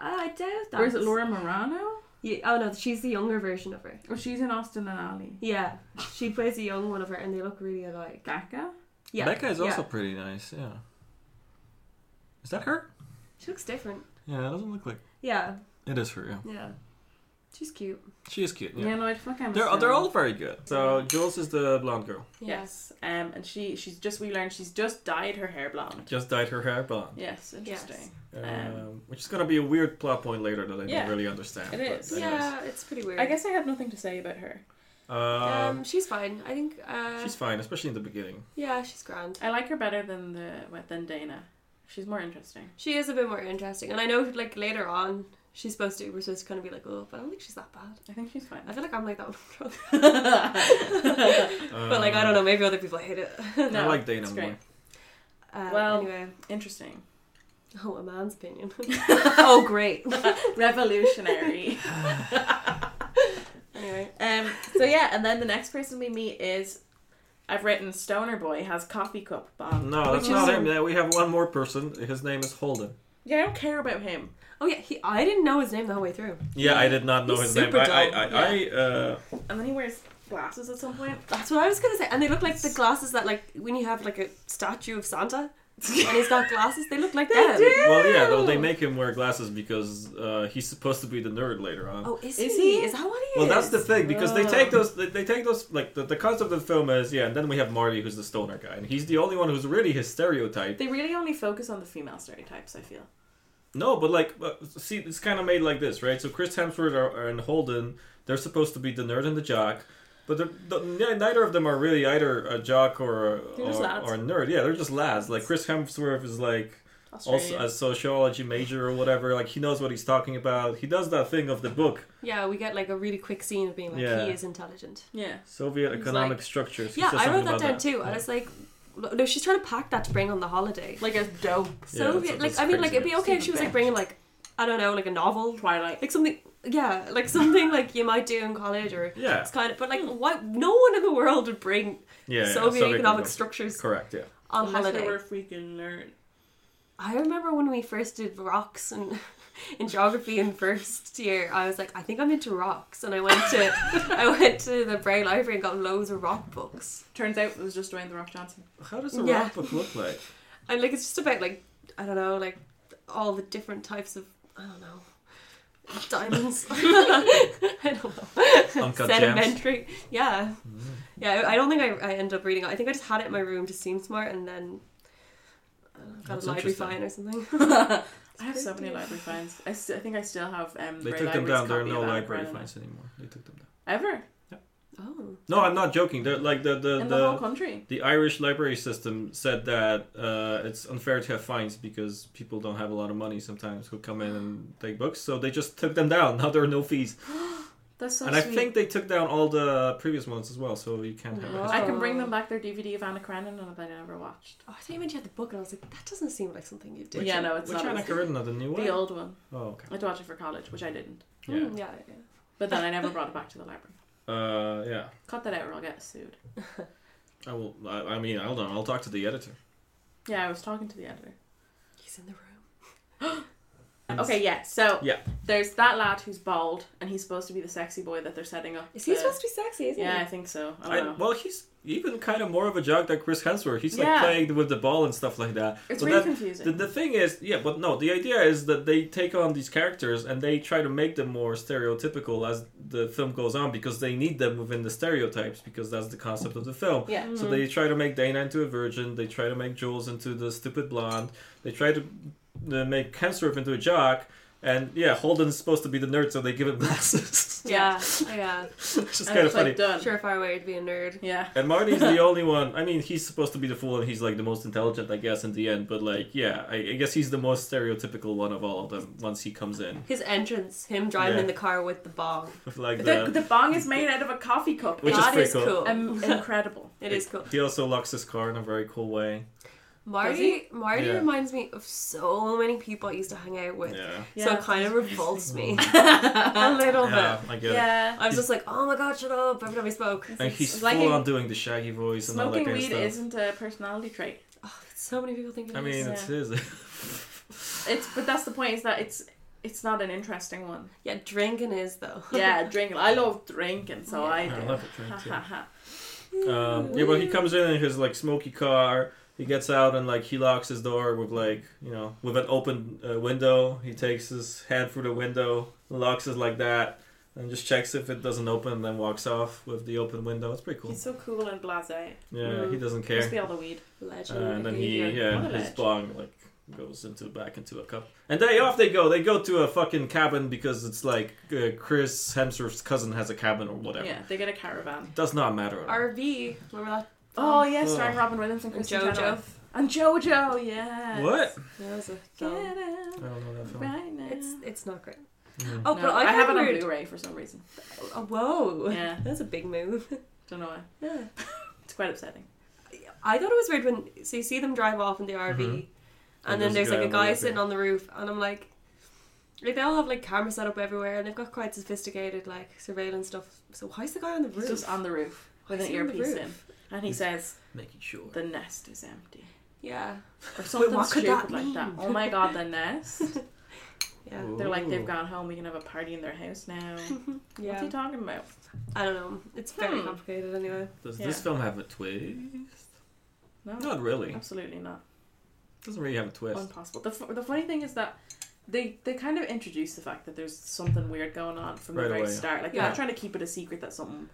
Oh, I doubt that. Or is it Laura Morano? Yeah, oh no, she's the younger version of her. Or she's in Austin and Ali. Yeah. She plays the young one of her and they look really alike. Becca? Yeah. Becca is yeah. also pretty nice. Yeah. Is that her? She looks different. Yeah, it doesn't look like Yeah. it is her. Yeah. Yeah. She's cute. She is cute. Yeah, Yeah. no, I'd fuck Emma They're Stone. they're all very good. So Jules is the blonde girl. Yes. Um, and she she's just, we learned she's just dyed her hair blonde. Just dyed her hair blonde, Yes, interesting. um, Um, which is gonna be a weird plot point later that I Yeah. don't really understand. It but is. anyways. Yeah, it's pretty weird. I guess I have nothing to say about her. Um, Um, she's fine. I think. Uh, she's fine, especially in the beginning. yeah, she's grand. I like her better than the what, than Dana. She's more interesting. She is a bit more interesting, and I know like later on she's supposed to we're supposed to kind of be like, oh, but I don't think she's that bad. I think she's I [laughs] fine. feel like I'm like that, one. [laughs] Interesting. [laughs] but like I don't know. Maybe other people hate it. Um, [laughs] I No, like Dana it's more. great. Uh, Well- anyway, oh, a man's [laughs] opinion. oh, great. [laughs] Revolutionary. Anyway, um so yeah, and then the next person we meet is I've written Stoner Boy has coffee cup bomb. No, which that's is- not him. Yeah, we have one more person. His name is Holden. Yeah, I don't care about him. Oh yeah, he, I didn't know his name the whole way through. Yeah, I did not know He's his name. super I, I, dumb. I, I uh, And then he wears glasses at some [laughs] point. That's what I was gonna say. And they look like the glasses that like when you have like a statue of Santa and he's got glasses, they look like They them. do. well, yeah, though they Ew. make him wear glasses because uh, he's supposed to be the nerd later on. Oh, is, Is he? he? Is that what he Well, is? that's the thing because they Oh. take those. They, they take those. Like the, the concept of the film is yeah, and then we have Marty, who's the stoner guy, and he's the only one who's really his stereotype. They really only focus on the female stereotypes, I feel. No, but like, uh, see, it's kind of made like this, right? So Chris Hemsworth are, are and Holden, they're supposed to be the nerd and the jock, but they're, the, ni- neither of them are really either a jock or a, They're just or, lads. or a nerd. Yeah, they're just lads. Like Chris Hemsworth is like also Australia. a sociology major or whatever. Like he knows what he's talking about. He does that thing of the book. Yeah, we get like a really quick scene of being like, Yeah. he is intelligent. yeah. Soviet He's economic like- structures. He yeah, says I wrote something that about down too. I was like, no, she's trying to pack that to bring on the holiday. Like a dope Yeah, So that's- like that's I mean like crazy. it'd be okay if she was like bringing like I don't know like a novel Twilight. like something yeah like [laughs] something like you might do in college or Yeah, it's kind of but like what no one in the world would bring yeah. yeah, Soviet economic economics. structures Correct. Yeah. on Unless they holiday. were a freaking nerd. I remember when we first did rocks and [laughs] in geography in first year, I was like, I think I'm into rocks, and I went to [laughs] I went to the Bray Library and got loads of rock books. Turns out it was just Dwayne the Rock Johnson. How does a Yeah. rock book [laughs] look like? And like it's just about like I don't know like all the different types of I don't know diamonds. [laughs] I don't know. Uncut gems. Mm. Sedimentary, yeah, yeah. I I don't think I, I end up reading it. I think I just had it in my room to seem smart, and then I don't know, got That's a library interesting. fine or something. [laughs] I have so many creepy. library finds. I, st- I think I still have um, They Bray took them Library's down. There are copy no of Anna library Karenina. finds anymore. They took them down. Ever. Oh, No, I'm not joking. They're like the the In the, whole the, country. the Irish library system said that uh, it's unfair to have fines because people don't have a lot of money sometimes who come in and take books. So they just took them down. [laughs] Now there are no fees, That's so and sweet. I think they took down all the previous ones as well. So you can't have. Wow. it. I can bring them back their DVD of Anna Karenina that I never watched. Oh, I thought you meant you had the book, and I was like, that doesn't seem like something you'd do. Yeah, no, it's Which not Anna as- Karenina, the new one? The old one. oh, okay. I had to watch it for college, which I didn't. Yeah. Mm, yeah, yeah. But then I never brought it back to the library. Uh, yeah. Cut that out or I'll get sued. I will. I, I mean, I don't know. I'll talk to the editor. Yeah, I was talking to the editor. He's in the room. Okay, yeah, so Yeah. there's that lad who's bald and he's supposed to be the sexy boy that they're setting up. Is he the- supposed to be sexy? Isn't Yeah, he? I think so. I I, don't know. well, he's even kind of more of a jock than Chris Hemsworth. He's like Yeah. playing with the ball and stuff like that. it's But really that- confusing. The, the thing is, yeah, but no, the idea is that they take on these characters and they try to make them more stereotypical as the film goes on because they need them within the stereotypes because that's the concept of the film. yeah. So they try to make Dana into a virgin, they try to make Jules into the stupid blonde, they try to uh, make Hemsworth into a jock, and yeah, Holden's supposed to be the nerd, so they give him glasses. [laughs] Yeah, yeah. [laughs] Which is And kind of it's, like, funny. done. Surefire way to be a nerd. Yeah. And Marty's [laughs] the only one. I mean, he's supposed to be the fool, and he's like the most intelligent, I guess, in the end. But like, yeah, I, I guess he's the most stereotypical one of all of them. Once he comes in, [laughs] His entrance, him driving Yeah. in the car with the bong. With, like The, the, the bong is made out of a coffee cup. Which is That pretty is cool. cool. [laughs] um, incredible. [laughs] it is cool. He also locks his car in a very cool way. Marty, Marty Yeah. reminds me of so many people I used to hang out with. Yeah, So Yeah. it kind of revolts [laughs] me [laughs] a little yeah, bit. I get it. Yeah. I was just like, oh my god, shut up! Every time we spoke, And he's It's like full a- on doing the shaggy voice and all that Smoking kind weed of stuff. isn't a personality trait. Oh, so many people think. It I mean, is. it's Yeah. his. It's [laughs] but that's the point is that it's it's not an interesting one. yeah, drinking is though. Yeah, drinking. I love drinking, so I I do. love it, Ha, drink too. ha, ha. Um, yeah, but he comes in in his like smoky car. He gets out and like he locks his door with like you know with an open uh, window. He takes his hand through the window, locks it like that, and just checks if it doesn't open, and then walks off with the open window. It's pretty cool. He's so cool and blasé. Yeah, Mm. he Must doesn't care. be all the weed. [laughs] Uh, Legend. and then he behavior. yeah What a his bitch. bong like goes into back into a cup. And they off they go. They go to a fucking cabin because it's like uh, Chris Hemsworth's cousin has a cabin or whatever. Yeah, they get a caravan. Does not matter. At all. RV. Remember that? Oh yeah. yeah, Ugh. starring Robin Williams and And Kristen Jojo. Chenoweth. and JoJo. Yeah. What? That was a Get film. I out don't know that film. right now. It's it's not great. Mm. Oh, No, but I, I, kinda have it on remembered- Blu-ray for some reason. Oh, whoa. Yeah. That's a big move. [laughs] Don't know why. Yeah. It's quite upsetting. I thought it was weird when so you see them drive off in the RV, Mhm. and, And then there's like a on the guy roof, sitting yeah. on the roof, and I'm like, like they all have like cameras set up everywhere, and they've got quite sophisticated like surveillance stuff. So why is the guy on the He's roof? just on the roof Why with is an he on the earpiece roof? in. And he says, Making sure. the nest is empty. Yeah. Or something what could that stupid like that. mean? Oh my god, the nest. Yeah. They're like, Ooh. they've gone home, we can have a party in their house [laughs] now. What's he Yeah. talking about? I don't know. It's very Hmm. complicated anyway. Does Yeah. this film have a twist? No, Not really. absolutely not. Doesn't really have a twist. Impossible. The, f- the funny thing is that they they kind of introduce the fact that there's something weird going on from the Right very away. start. Like, they're Yeah. not trying to keep it a secret that something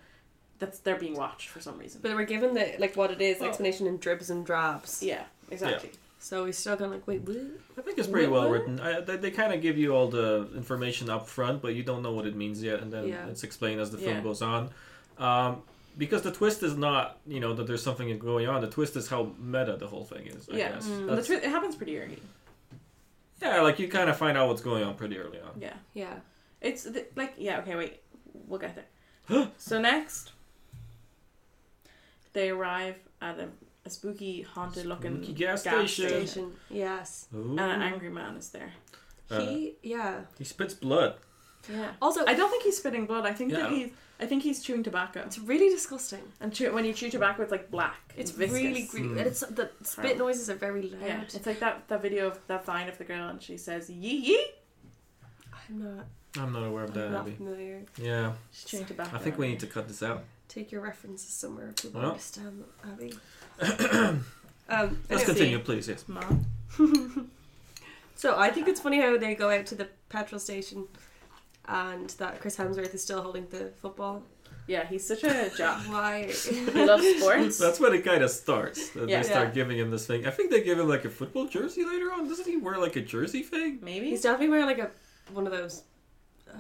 that's they're being watched for some reason. But we're given the like what it is, Well- explanation in dribs and drabs. yeah, exactly. So we're still kind of like, wait, what? I think it's pretty What- well what? written. I, they they kind of give you all the information up front, but you don't know what it means yet, and then Yeah. it's explained as the Yeah. film goes on. Um, because the twist is not, you know, that there's something going on. The twist is how meta the whole thing is. I Yeah. guess. Mm. And the That's- truth, it happens pretty early. yeah, like you kind of find out what's going on pretty early on. Yeah. Yeah. It's the, like, yeah, okay, wait. We'll get [gasps] there. so next, they arrive at a, a spooky, haunted looking Spooky gas station. Yeah. Station. Yes. Ooh. And an Uh, angry man is there. Uh, Uh, he. Yeah. he spits blood. Yeah. Also, I don't think he's spitting blood. I think that Yeah. he's. I think he's chewing tobacco. it's really disgusting. And chew, when you chew tobacco, it's like black. It's viscous. really greedy. Mm. And it's the spit Right. noises are very loud. Yeah, it's like that that video of that vine of the girl, and she says yee yee. I'm not. I'm not aware of I'm that. not Abby. familiar. Yeah, She's chewing tobacco. I think we need to cut this out. Take your references somewhere if you Well. understand them, [clears throat] Abby. um, Let's anyway, continue, please. Yes. Mom. So I think it's funny how they go out to the petrol station, and that Chris Hemsworth is still holding the football. Yeah, he's such a jock. [laughs] [laughs] Why? He loves sports. That's when it kind of starts. that Yeah. they start Yeah. giving him this thing. I think they give him like a football jersey later on. Doesn't he wear like a jersey thing? Maybe He's definitely wearing like a one of those uh,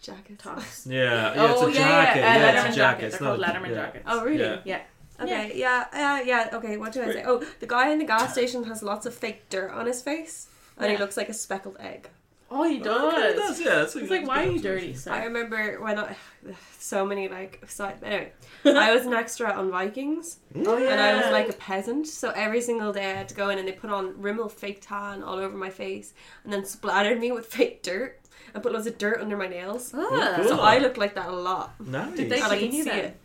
jackets. tops. [laughs] Yeah, yeah, oh it's a yeah, jacket. yeah, Yeah, yeah. it's a Letterman jacket. jackets. It's They're called not a- Letterman yeah. jackets. Oh really? Yeah. Yeah. Okay. Yeah. Yeah. Yeah. Okay. What do I say? Oh, the guy in the gas station has lots of fake dirt on his face, and he Yeah. looks like a speckled egg. Oh, he Oh, okay, does. it does. Yeah, it's, It's like, why are you dirty, I sir? remember when I, [sighs] so many like side. [laughs] Anyway, I was an extra on Vikings, Mm-hmm. Oh, and I was Yeah. like a peasant. So every single day I had to go in, and they put on Rimmel fake tan all over my face, and then splattered me with [laughs] fake dirt, and put loads of dirt under my nails. Ah. Cool. So I looked like that a lot. Nice. Did they And I can clean you see then? it.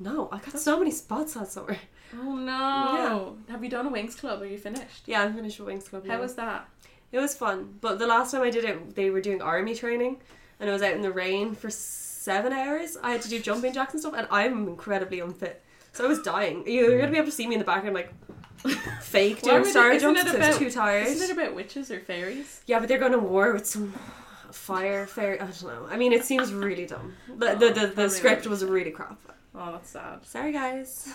No, I got so many spots on somewhere. Oh no! Have you done a Wings Club? Are you finished? [laughs] Yeah, I'm finished with Wings Club. How now. was that? It was fun, but the last time I did it, they were doing army training, and I was out in the rain for seven hours. I had to do jumping jacks and stuff, and I'm incredibly unfit, so I was dying. You're gonna be able to see me in the background like [laughs] fake Why doing would it- star isn't jumps it because I was about- too tired. Isn't it about witches or fairies? Yeah, but they're going to war with some fire fairy. I don't know. I mean, it seems really dumb. The the, the, the Probably script not. was really crap. Oh, that's [laughs] sad. Sorry guys.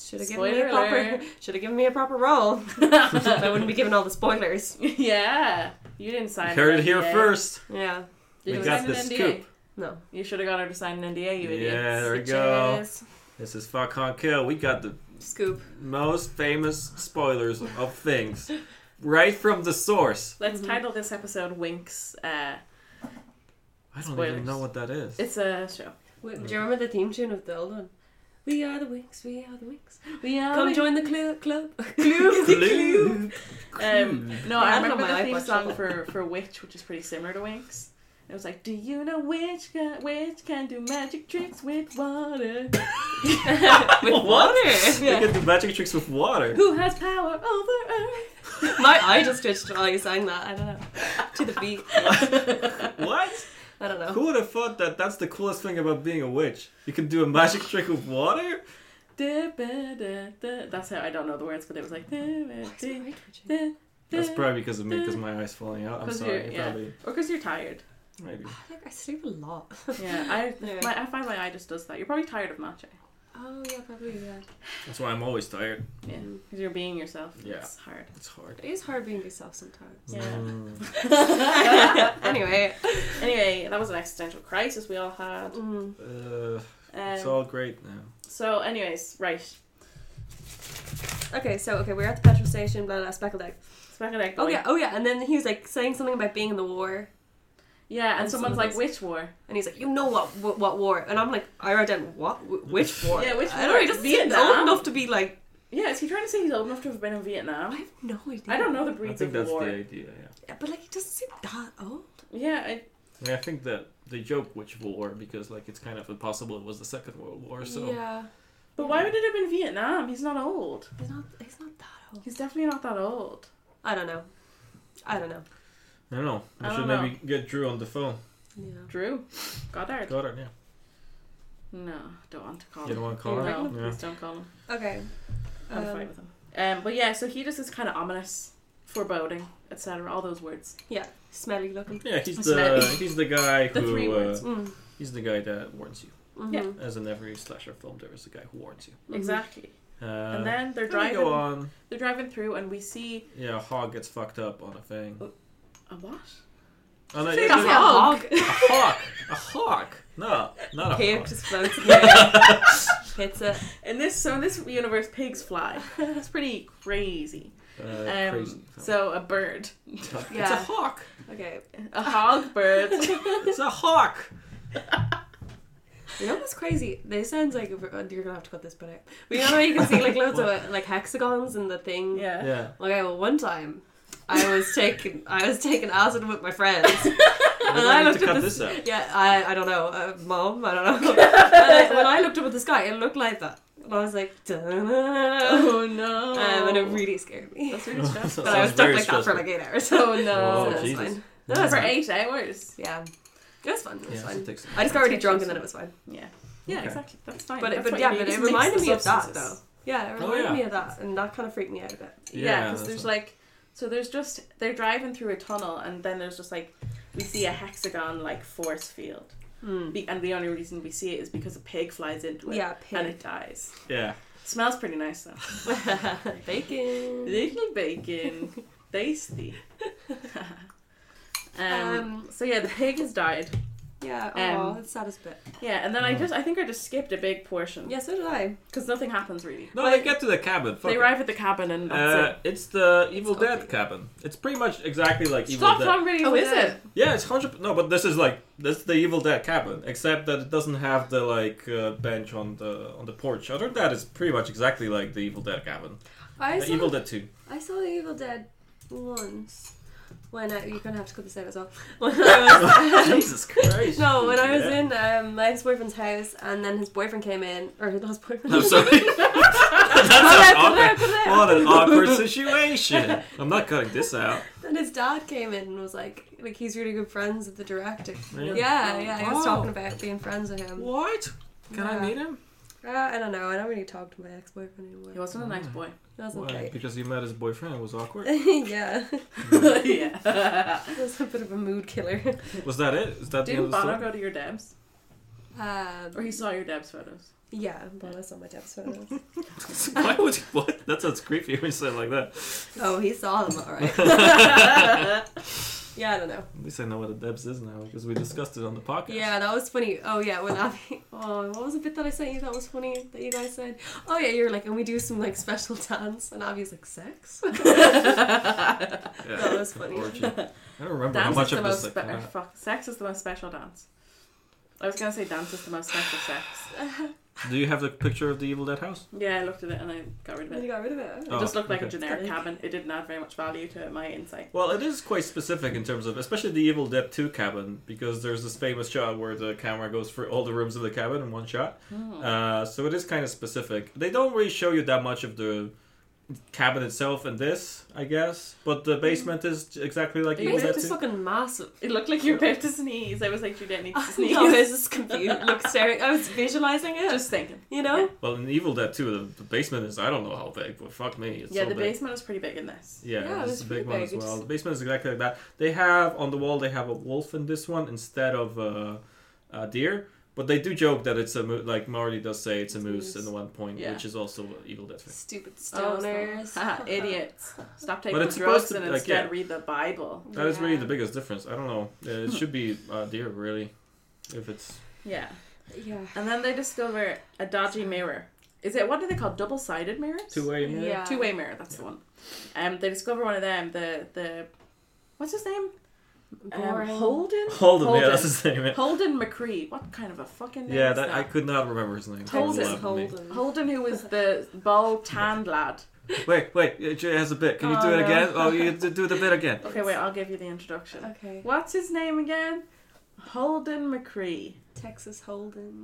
Should have given me a Spoiler proper [laughs] alert. should have given me a proper role. I [laughs] wouldn't be giving all the spoilers. yeah, you didn't sign. You an heard it here NDA. first. Yeah. Did we you got sign the an NDA? scoop. No. You should have got her to sign an NDA, you idiot. Yeah, there we go. Stitches. This is Fuck Hunt Kill. We got the Scoop. most famous spoilers of things right from the source. Let's title this episode Winks. Uh, I don't even Spoilers. know what that is. it's a show. Wait, do you remember the theme tune of the old one? We are the Winks, we are the Winks. We are Come Winx. join the clu- [laughs] club. Clue. Um, Hmm. no, Yeah, I I don't remember know the my theme iPod song shuffle. for, for Witch, which is pretty similar to Winks. It was like, Do you know which can, which can do magic tricks with water? With [laughs] water. They can do magic tricks [laughs] with water. Who has power over earth? My eye just twitched while you sang that. I don't know. To the beat. What? I don't Oh. know. Who would have thought that that's the coolest thing about being a witch? You can do a magic [laughs] trick with water? Da, ba, da, da. That's how I don't know the words, but it was like, da, ba, Why is da, my eye twitching? da, That's da. probably because of me, because my eye's falling out. I'm 'Cause sorry. you're- it yeah. Probably, Or because you're [laughs] tired. maybe. Like, I sleep a lot. Yeah, I, Yeah. My, I find my eye just does that. You're probably tired of matcha. Oh yeah, probably yeah. That's why I'm always tired. Yeah, because you're being yourself. Yeah. It's hard. It's hard. It is hard being yourself sometimes. Yeah. Mm. [laughs] anyway, Anyway, that was an existential crisis we all had. mm, Uh, it's Um, all great now. so, anyways, right. okay, so okay, we're at the petrol station, blah blah, speckled egg. Speckled egg. Oh boy. yeah, oh yeah, and then he was like saying something about being in the war, Yeah, and, And someone's some of like, which war? and he's like, you know what, what, what war? And I'm like, I wrote down what, Wh- [laughs] which war? Yeah, which I don't war? know. He just seemed Vietnam? old enough to be like, Yeah, is he trying to say he's old enough to have been in I Vietnam? have no idea. I don't know the I breeds think of that's war. the idea, yeah. Yeah, but like, he doesn't seem that old. Yeah, I, I, mean, I think that they joke witch war because like it's kind of impossible it was the Second World War, so Yeah, But why would it have been Vietnam? He's not old. He's not. He's not that old. He's definitely not that old. I don't know. I don't know. I don't know. We I should don't know. maybe get Drew on the phone. Yeah. Drew Goddard. Got it, yeah. No, don't want to call You him. don't want to call her? Oh. No, Yeah. please don't call him. Okay. I'm Um, fight with him. Um, but yeah, so he does this kind of ominous, foreboding, etc. All those words. Yeah. Smelly looking. Yeah, he's It's not- the he's the guy The three who words. uh, Mm. he's the guy that warns you. mhm. Yeah. As in every slasher film, there is a guy who warns you. Mhm. Exactly. Uh, and then they're then we go driving. on. They're driving through, and we see Yeah, a hog gets fucked up on a thing. a what? Oh, no, Say yeah, a yeah. hog. [laughs] a [laughs] hawk, a hawk. No, not a Pig hawk. just floats [laughs] in the air. Hits it. In this, so in this universe, pigs fly. It's pretty [laughs] crazy. Uh, crazy Um, film. so a bird, it's a Yeah. hawk. Okay. a [laughs] hog bird. It's a hawk. You know what's crazy? This sounds like a- you're gonna have to cut this bit out. But uh, you know how you can see like loads of uh, like hexagons and the thing. yeah. Yeah. Okay. Well, one time. I was taking I was taking acid with my friends, and We're gonna I need looked to at cut this. this out. Yeah, I, I don't know, uh, mom, I don't [laughs] know. And I- when I looked up at the sky, it looked like that, and I was like, "Duh." Oh no. um, and it really scared me. That's [laughs] really [laughs] stressful. But I was Sounds stuck very like that for stressful. like eight hours. So oh Oh, no. that's Jesus. fine. No, that's for fine. eight hours. Yeah, it was fun. It was Yeah, fun. it takes- I just got really drunk and then it was fine. Yeah, Okay. exactly. That's fine. But it, That's but what yeah, you do. but Just it mix reminded the me of that though. substances. Yeah, it Oh, reminded yeah. me of that, and that kind of freaked me out a bit. Yeah, because that's there's what- like, so there's just they're driving through a tunnel and then there's just like we see a hexagon like force field, Be- and the only reason we see it is because a pig flies into it. Yeah, and pig. it dies. yeah. Smells pretty [laughs] nice though. Bacon. Little bacon, tasty. [laughs] um, Um, so yeah, the pig has died. Yeah. Um, Oh, that's sad as a bit. Yeah, and then I just I think I just skipped a big portion. Yeah, so did I. because nothing happens really. No, they get to the cabin. Fuck They it. arrive at the cabin and that's Uh, it's the Evil It's Dead ugly. cabin. It's pretty much exactly like it. Evil Stop Dead. Tom Brady, Oh, who is yeah. it? Yeah, it's hundred. No, but this is like this is the Evil Dead cabin, except that it doesn't have the like uh, bench on the on the porch. Other than that, it's pretty much exactly like the Evil Dead cabin. I The saw, Evil Dead Two. I saw Evil Dead once. When I, you're gonna have to cut this out as well. [laughs] When [laughs] I was, [laughs] Jesus Christ! No, when I was Yeah. in um, my ex boyfriend's house, and then his boyfriend came in, or not his boyfriend. [laughs] I'm sorry. [laughs] That's Cut an it out, cut it out, awkward, cut it out. what [laughs] an awkward situation. I'm not cutting this out. And his dad came in and was like, like he's really good friends with the director. Yeah. Yeah, yeah, he was Oh. talking about being friends with him. What? Can I Yeah. meet him? Uh, I don't know. I don't really talk to my ex boyfriend He anymore. wasn't a Oh. nice [laughs] boy. [laughs] That Why? wasn't great. Because you met his boyfriend. It was [laughs] awkward. yeah, yeah. that was a bit of a mood killer. [laughs] Was that it? Is that Didn't the end of the Bono story? go to your Debs? Or he Um, saw your Debs [laughs] photos? yeah, Bono saw my dad's photos. [laughs] Why would you, what? That sounds creepy when you say it like that. oh, he saw them, all right. yeah, I don't know. At least I know what a Debs is now because we discussed it on the podcast. Yeah, that was funny. Oh yeah, when Abby. [laughs] Oh, what was the bit that I sent you? That was funny that you guys said. Oh yeah, you were like, and we do some like special [laughs] dance, and Abby's like, sex. [laughs] Yeah. That was [laughs] funny. Orgy. I don't remember how dance is much the of uh-huh. this. most Like, spe- or fuck, sex is the most special dance. I was gonna say dance is the most special sex. do you have the picture of the Evil Dead house? Yeah, I looked at it and I got rid of and you it. got rid of it. It just Oh, looked like a okay. generic cabin. It didn't add very much value to my insight. Well, it is quite specific in terms of, especially the Evil Dead 2 cabin, because there's this famous shot where the camera goes through all the rooms of the cabin in one shot. Oh. Uh, so it is kind of specific. They don't really show you that much of the cabin itself in this, I guess, but the basement is exactly like The It Evil was Dead basement 2. just fucking massive. [laughs] It looked like you were about to sneeze. I was like, you [laughs] didn't [laughs] need to sneeze. no, I was just confused. Look, staring. I was visualizing it. Just thinking. you know. Well, in Evil Dead 2, the, the basement is, I don't know how big, but fuck me. It's Yeah, so the big. basement is pretty big in this. Yeah, Yeah, it this was is a big pretty one big. as It's- well. The basement is exactly like that. They have on the wall they have a wolf in this one instead of a, a deer, but they do joke that it's a mo- like Marty does say it's a moose in the one point, Yeah. which is also an Evil Dead thing. Stupid Oh, [laughs] stoners. stop. Haha, idiots. Stop taking it's drugs supposed to and be, like, instead yeah. read the Bible. That is really Yeah. the biggest difference. I don't know. Uh, It should be a deer really, if it's Yeah. Yeah. And then they discover a dodgy mirror. Is it what do they call double sided mirrors? two way. Yeah. Two way mirror. That's the one. Um, they discover one of them. The the what's his name? Um, Boring. Holden. Hold him. Yeah, Holden. that's his name. yeah. Holden McCree. What kind of a fucking name? Yeah, is that I could not remember his name. Hold It it, laughed at me. Holden, who was the bald tanned lad. Wait, wait. It has a bit. Can you Oh, do it no. again? Oh, you do do the bit again. Okay, wait. I'll give you the introduction. Okay. What's his name again? Holden McCree. Texas Holden. [laughs]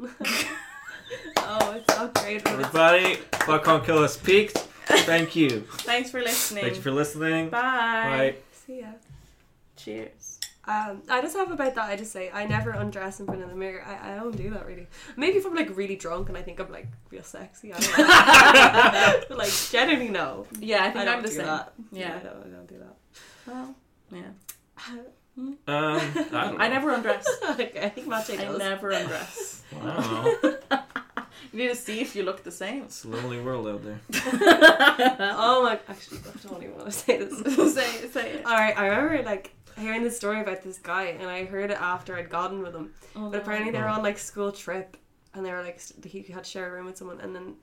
Oh, it's not great. when it's- Everybody, Fuck on Kill has peaked. Thank you. Thanks for listening. Thank you for listening. Bye. Bye. See ya. Cheers. Um, I just have about that. I just say I never undress in front of the mirror. I, I don't do that really. Maybe if I'm like really drunk and I think I'm like real sexy. I don't know. but like generally no. Yeah, I think I don't I'm the do same. that. Yeah. I don't, I don't do that. Well, yeah. Um, [laughs] I don't I never undress. [laughs] okay, I think Mache I does. never undress. [laughs] know. I don't know. You need to see if you look [laughs] the same. It's a lonely world out there. oh my! Actually, I don't even want to say this. say, say it. All right, I remember like hearing this story about this guy, and I heard it after I'd gotten with him. Oh, But apparently they were Oh. on like school trip, and they were like st- he had to share a room with someone, and then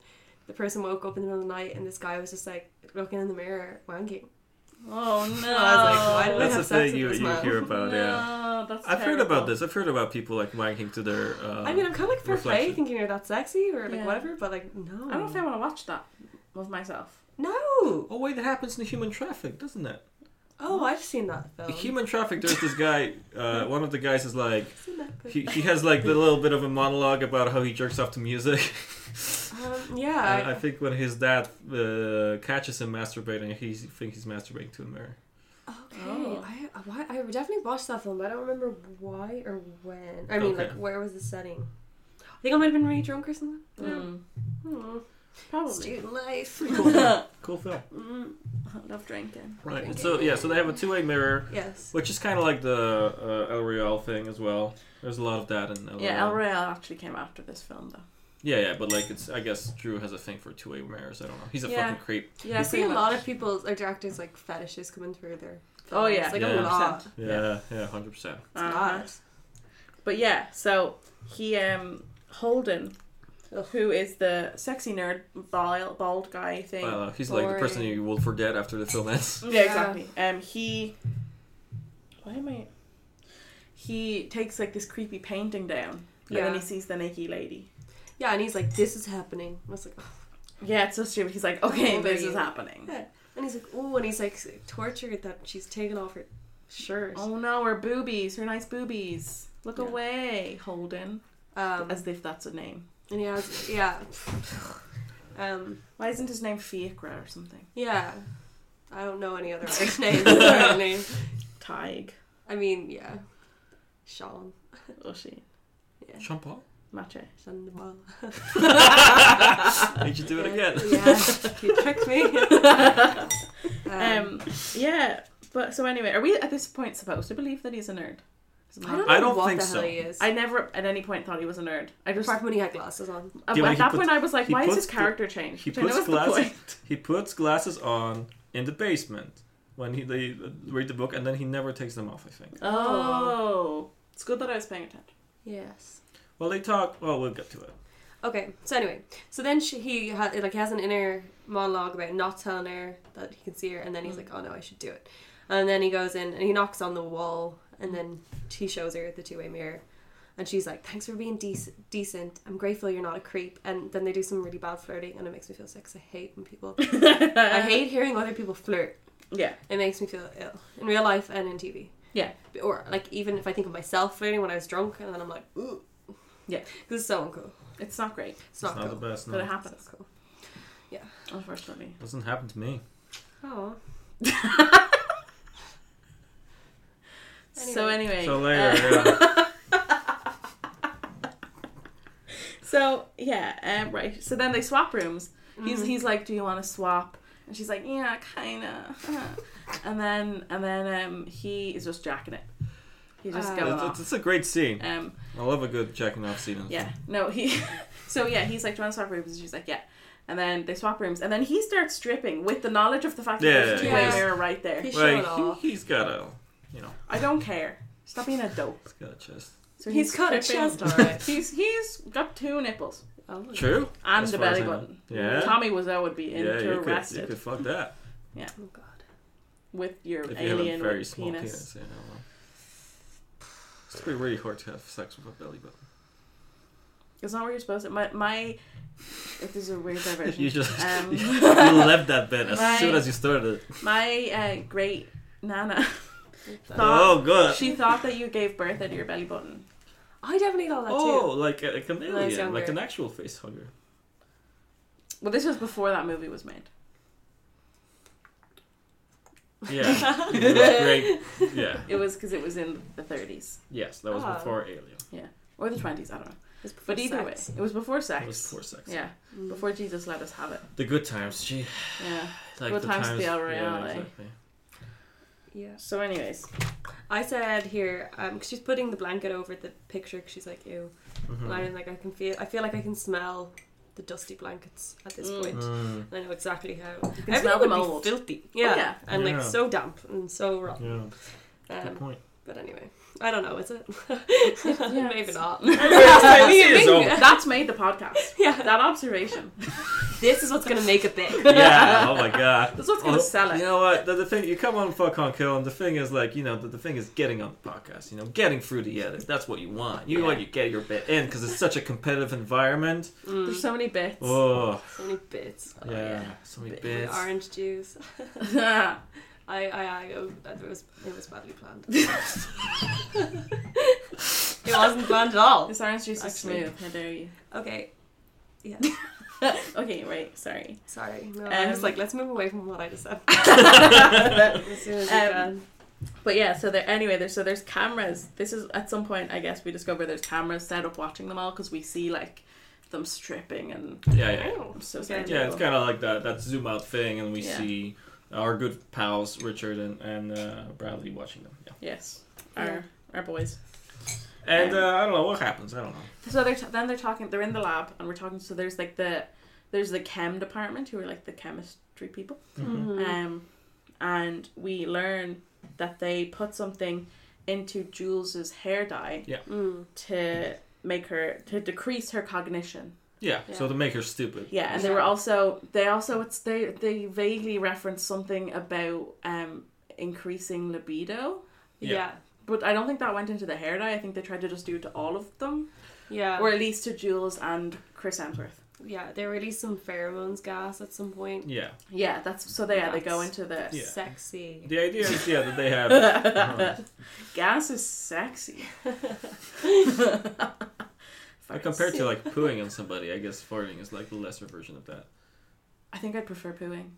the person woke up in the middle of the night, and this guy was just like looking in the mirror wanking. Oh no! I was like, why did That's have the sex thing you, with this you man. hear about, No, yeah. that's I've heard about terrible. this. I've heard about people like wanking to their. Uh, I mean, I'm kind of like fair play reflection. thinking you're that sexy or like Yeah. whatever, but like no, I don't know if I want to watch that with myself. no. oh wait, that happens in human traffic, doesn't it? Oh, I've seen that film. In human traffic, there's [laughs] this guy. Uh, one of the guys is like, I've seen that film. he, he has [laughs] like the little bit of a monologue about how he jerks off to music. [laughs] Um, yeah, And I I, think when his dad uh, catches him masturbating, he thinks he's masturbating to a mirror. okay. Oh. I, I, why- I definitely watched that film, but I don't remember why or when. I mean, Okay. like, where was the setting? I think I might have been really drunk or something. Mm. Hmm. [laughs] Probably. Student life. [laughs] Cool film. Cool film. Mm, I love drinking. Right. Okay. So yeah, so they have a two-way mirror, yes. which is kind of like the uh, El Royale thing as well. There's a lot of that in El Yeah, El Royale. Royale actually came after this film though. yeah, yeah, but like it's I guess Drew has a thing for two-way mirrors. I don't know. He's a Yeah. fucking creep. Yeah, I see a lot of people or directors like fetishes coming through their. Oh, films, yeah. Uh-huh. like Yeah. a Uh-huh. lot. It's Yeah, yeah, hundred percent. a lot. But yeah, so he um Holden, Ugh. who is the sexy nerd bald, bald guy thing. Well, he's like the person Boring. you will forget after the film [laughs] ends. yeah, Yeah. exactly. Um, he. Why am I? He takes like this creepy painting down, and Yeah. then he sees the naked lady. Yeah, and he's like, "This is happening." I was like, oh. Yeah, it's so stupid. He's like, okay, Over this you. is happening. Yeah. and he's like, "Oh," and he's like s- tortured that she's taken off her shirt. Oh no, her boobies, her nice boobies. Look Yeah. away, Holden. Um, As if that's a name. and he has, yeah, um, Why isn't his name Fiacra or something? yeah. I don't know any other [laughs] Irish names. Sorry, name. Tig. I mean, yeah, Sean, Ushi. yeah, Sean Paul. Oh, [laughs] Mache. Sean the ball. Did you do it again? [laughs] Yeah, [laughs] you tricked me. Um, yeah, but so anyway, are we at this point supposed to believe that he's a nerd? I don't know I don't what think the hell so. he is. I never at any point thought he was a nerd. I just Apart from when he had glasses on. at, Yeah, at but he that puts- point I was like, he why is puts his gl- character changed? he Which I know puts is glasses- the point. [laughs] He puts glasses on in the basement when he they uh, read the book, and then he never takes them off. I think. [laughs] Oh, it's good that I was paying attention. Yes. Well, they talk. Well, we'll get to it. Okay. So anyway, so then she, he ha, like he has an inner monologue about not telling her that he can see her, and then he's Mm. like, "Oh no, I should do it." And then he goes in and he knocks on the wall, and then he shows her the two-way mirror, and she's like, "Thanks for being dec- decent. I'm grateful you're not a creep." And then they do some really bad flirting, and it makes me feel sick. 'cause I hate when [laughs] people. I hate hearing other people flirt. Yeah, It makes me feel ill in real life and in TV. Yeah. Or like even if I think of myself flirting when I was drunk, and then I'm like, ooh. Yeah. This is so uncool. it's not great, It's It's not not, cool. the best. but it No, happens, cool. unfortunately. doesn't happen to me. Oh. [laughs] So Anyway. anyway, So uh, later, yeah. [laughs] so yeah, um, right. So then they swap rooms. He's he's like, "Do you want to swap?" And she's like, "Yeah, kind of." [laughs] and then and then um, he is just jacking it. He's just Uh, going it's, it's, off. it's a great scene. Um, I love a good checking off scene. yeah, no, he. [laughs] so yeah, he's like, "Do you want to swap rooms?" And she's like, "Yeah." And then they swap rooms, and then he starts stripping with the knowledge of the fact that Yeah, there's a yeah, two-way yeah. mirror right there. He's showing Like off. he, has got a, you know, I don't care. Stop being a dope. he's got a chest. So He's got a stripping. chest, alright. [laughs] He's he's got two nipples Oh my True. and As a far as belly I know. button. Yeah. Tommy Wiseau would be yeah, you could, interested you could fuck that God. Oh god. with your if you have a alien very with small penis. penis. you know. It's pretty really hard to have sex with a [laughs] belly button. It's not where you're supposed to. My, my if this is a [laughs] weird diversion. you just um, you [laughs] left that bit as My- soon as you started. my uh, great nana oh [laughs] thought god. Oh, she thought that you gave birth out of your belly button. I definitely thought that oh, too. like a, a chameleon, like younger. an actual face [laughs] hugger. Well, this was before that movie was made. [laughs] Yeah, It was great. Yeah, It was because it was in the 30s yes, that was Oh. before Alien. or the 20s. I don't know. It's before But either sex. Mm. way, it was before sex. It was poor sex. Yeah, before Jesus let us have it. The good times, gee. Yeah. Like Good the times, the El yeah, Royale, eh? exactly. Yeah. So, anyways, I said here, um, 'cause she's putting the blanket over the picture 'cause she's like, ew. Mhm. And I'm like, I can feel, I feel like I can smell the dusty blankets at this Mm. point. Mm, I know exactly how. You can smell the [laughs] mold. Oh, filthy. Yeah. yeah. And like Yeah. so damp and so rotten. yeah, good Um, point. but anyway, I don't know, is [laughs] it? [laughs] Maybe it's- [laughs] not. [laughs] See, it's all- that's made the podcast. yeah. That observation. [laughs] This is what's going to make it [laughs] big. [laughs] yeah. Oh my god. That's what's gonna Oh, sell it. You know what? The, the thing you come on fuck on kill, and the thing is like you know the, the thing is getting on the podcast. You know, getting through the edit. That's what you want. You want you get your bit in because it's such a competitive environment. There's so many bits. Oh Hmm. So many bits. Oh, yeah, so many Bit- bits. Orange juice. [laughs] yeah, I, I, I, it was, it was badly [laughs] planned. it wasn't planned at all. [laughs] this orange juice is Actually. smooth. How [laughs] dare you? Okay. Yeah. okay, right. Sorry. Sorry. No, I Um, was like, let's move away from what I just [laughs] said. as soon as we Um, But yeah, so there. Anyway, there's so there's cameras. This is at some point, I guess we discover there's cameras set up watching them all because we see like them stripping and Yeah, can. yeah, Oh, I'm so okay. sorry. yeah. It's kind of like that that zoom out thing, and we Yeah. see our good pals Richard and and uh, Bradley watching them. Yeah, yes, our Yeah. our boys. and Um, uh, I don't know what happens. I don't know. So they're t- then they're talking. They're in the lab and we're talking. So there's like the there's the chem department who are like the chemistry people. Mhm. Mm-hmm. Uh, Um, and we learn that they put something into Jules's hair dye Mm. to make her to decrease her cognition. Yeah, Yeah. So to make her stupid. Yeah, and they were also they also it's they they vaguely reference something about um increasing libido, Yeah. Yeah. but I don't think that went into the hair dye. I think they tried to just do it to all of them, Yeah. or at least to Jules and Chris Hemsworth. yeah. They released some pheromones gas at some point. Yeah. Yeah, that's so they yeah, they go That's- into the Yeah. Sexy. The idea is yeah that they have. [laughs] [laughs] Uh-huh. gas is sexy. [laughs] Like compared to like pooing on somebody, I guess farting is like the lesser version of that. I think I'd prefer pooing.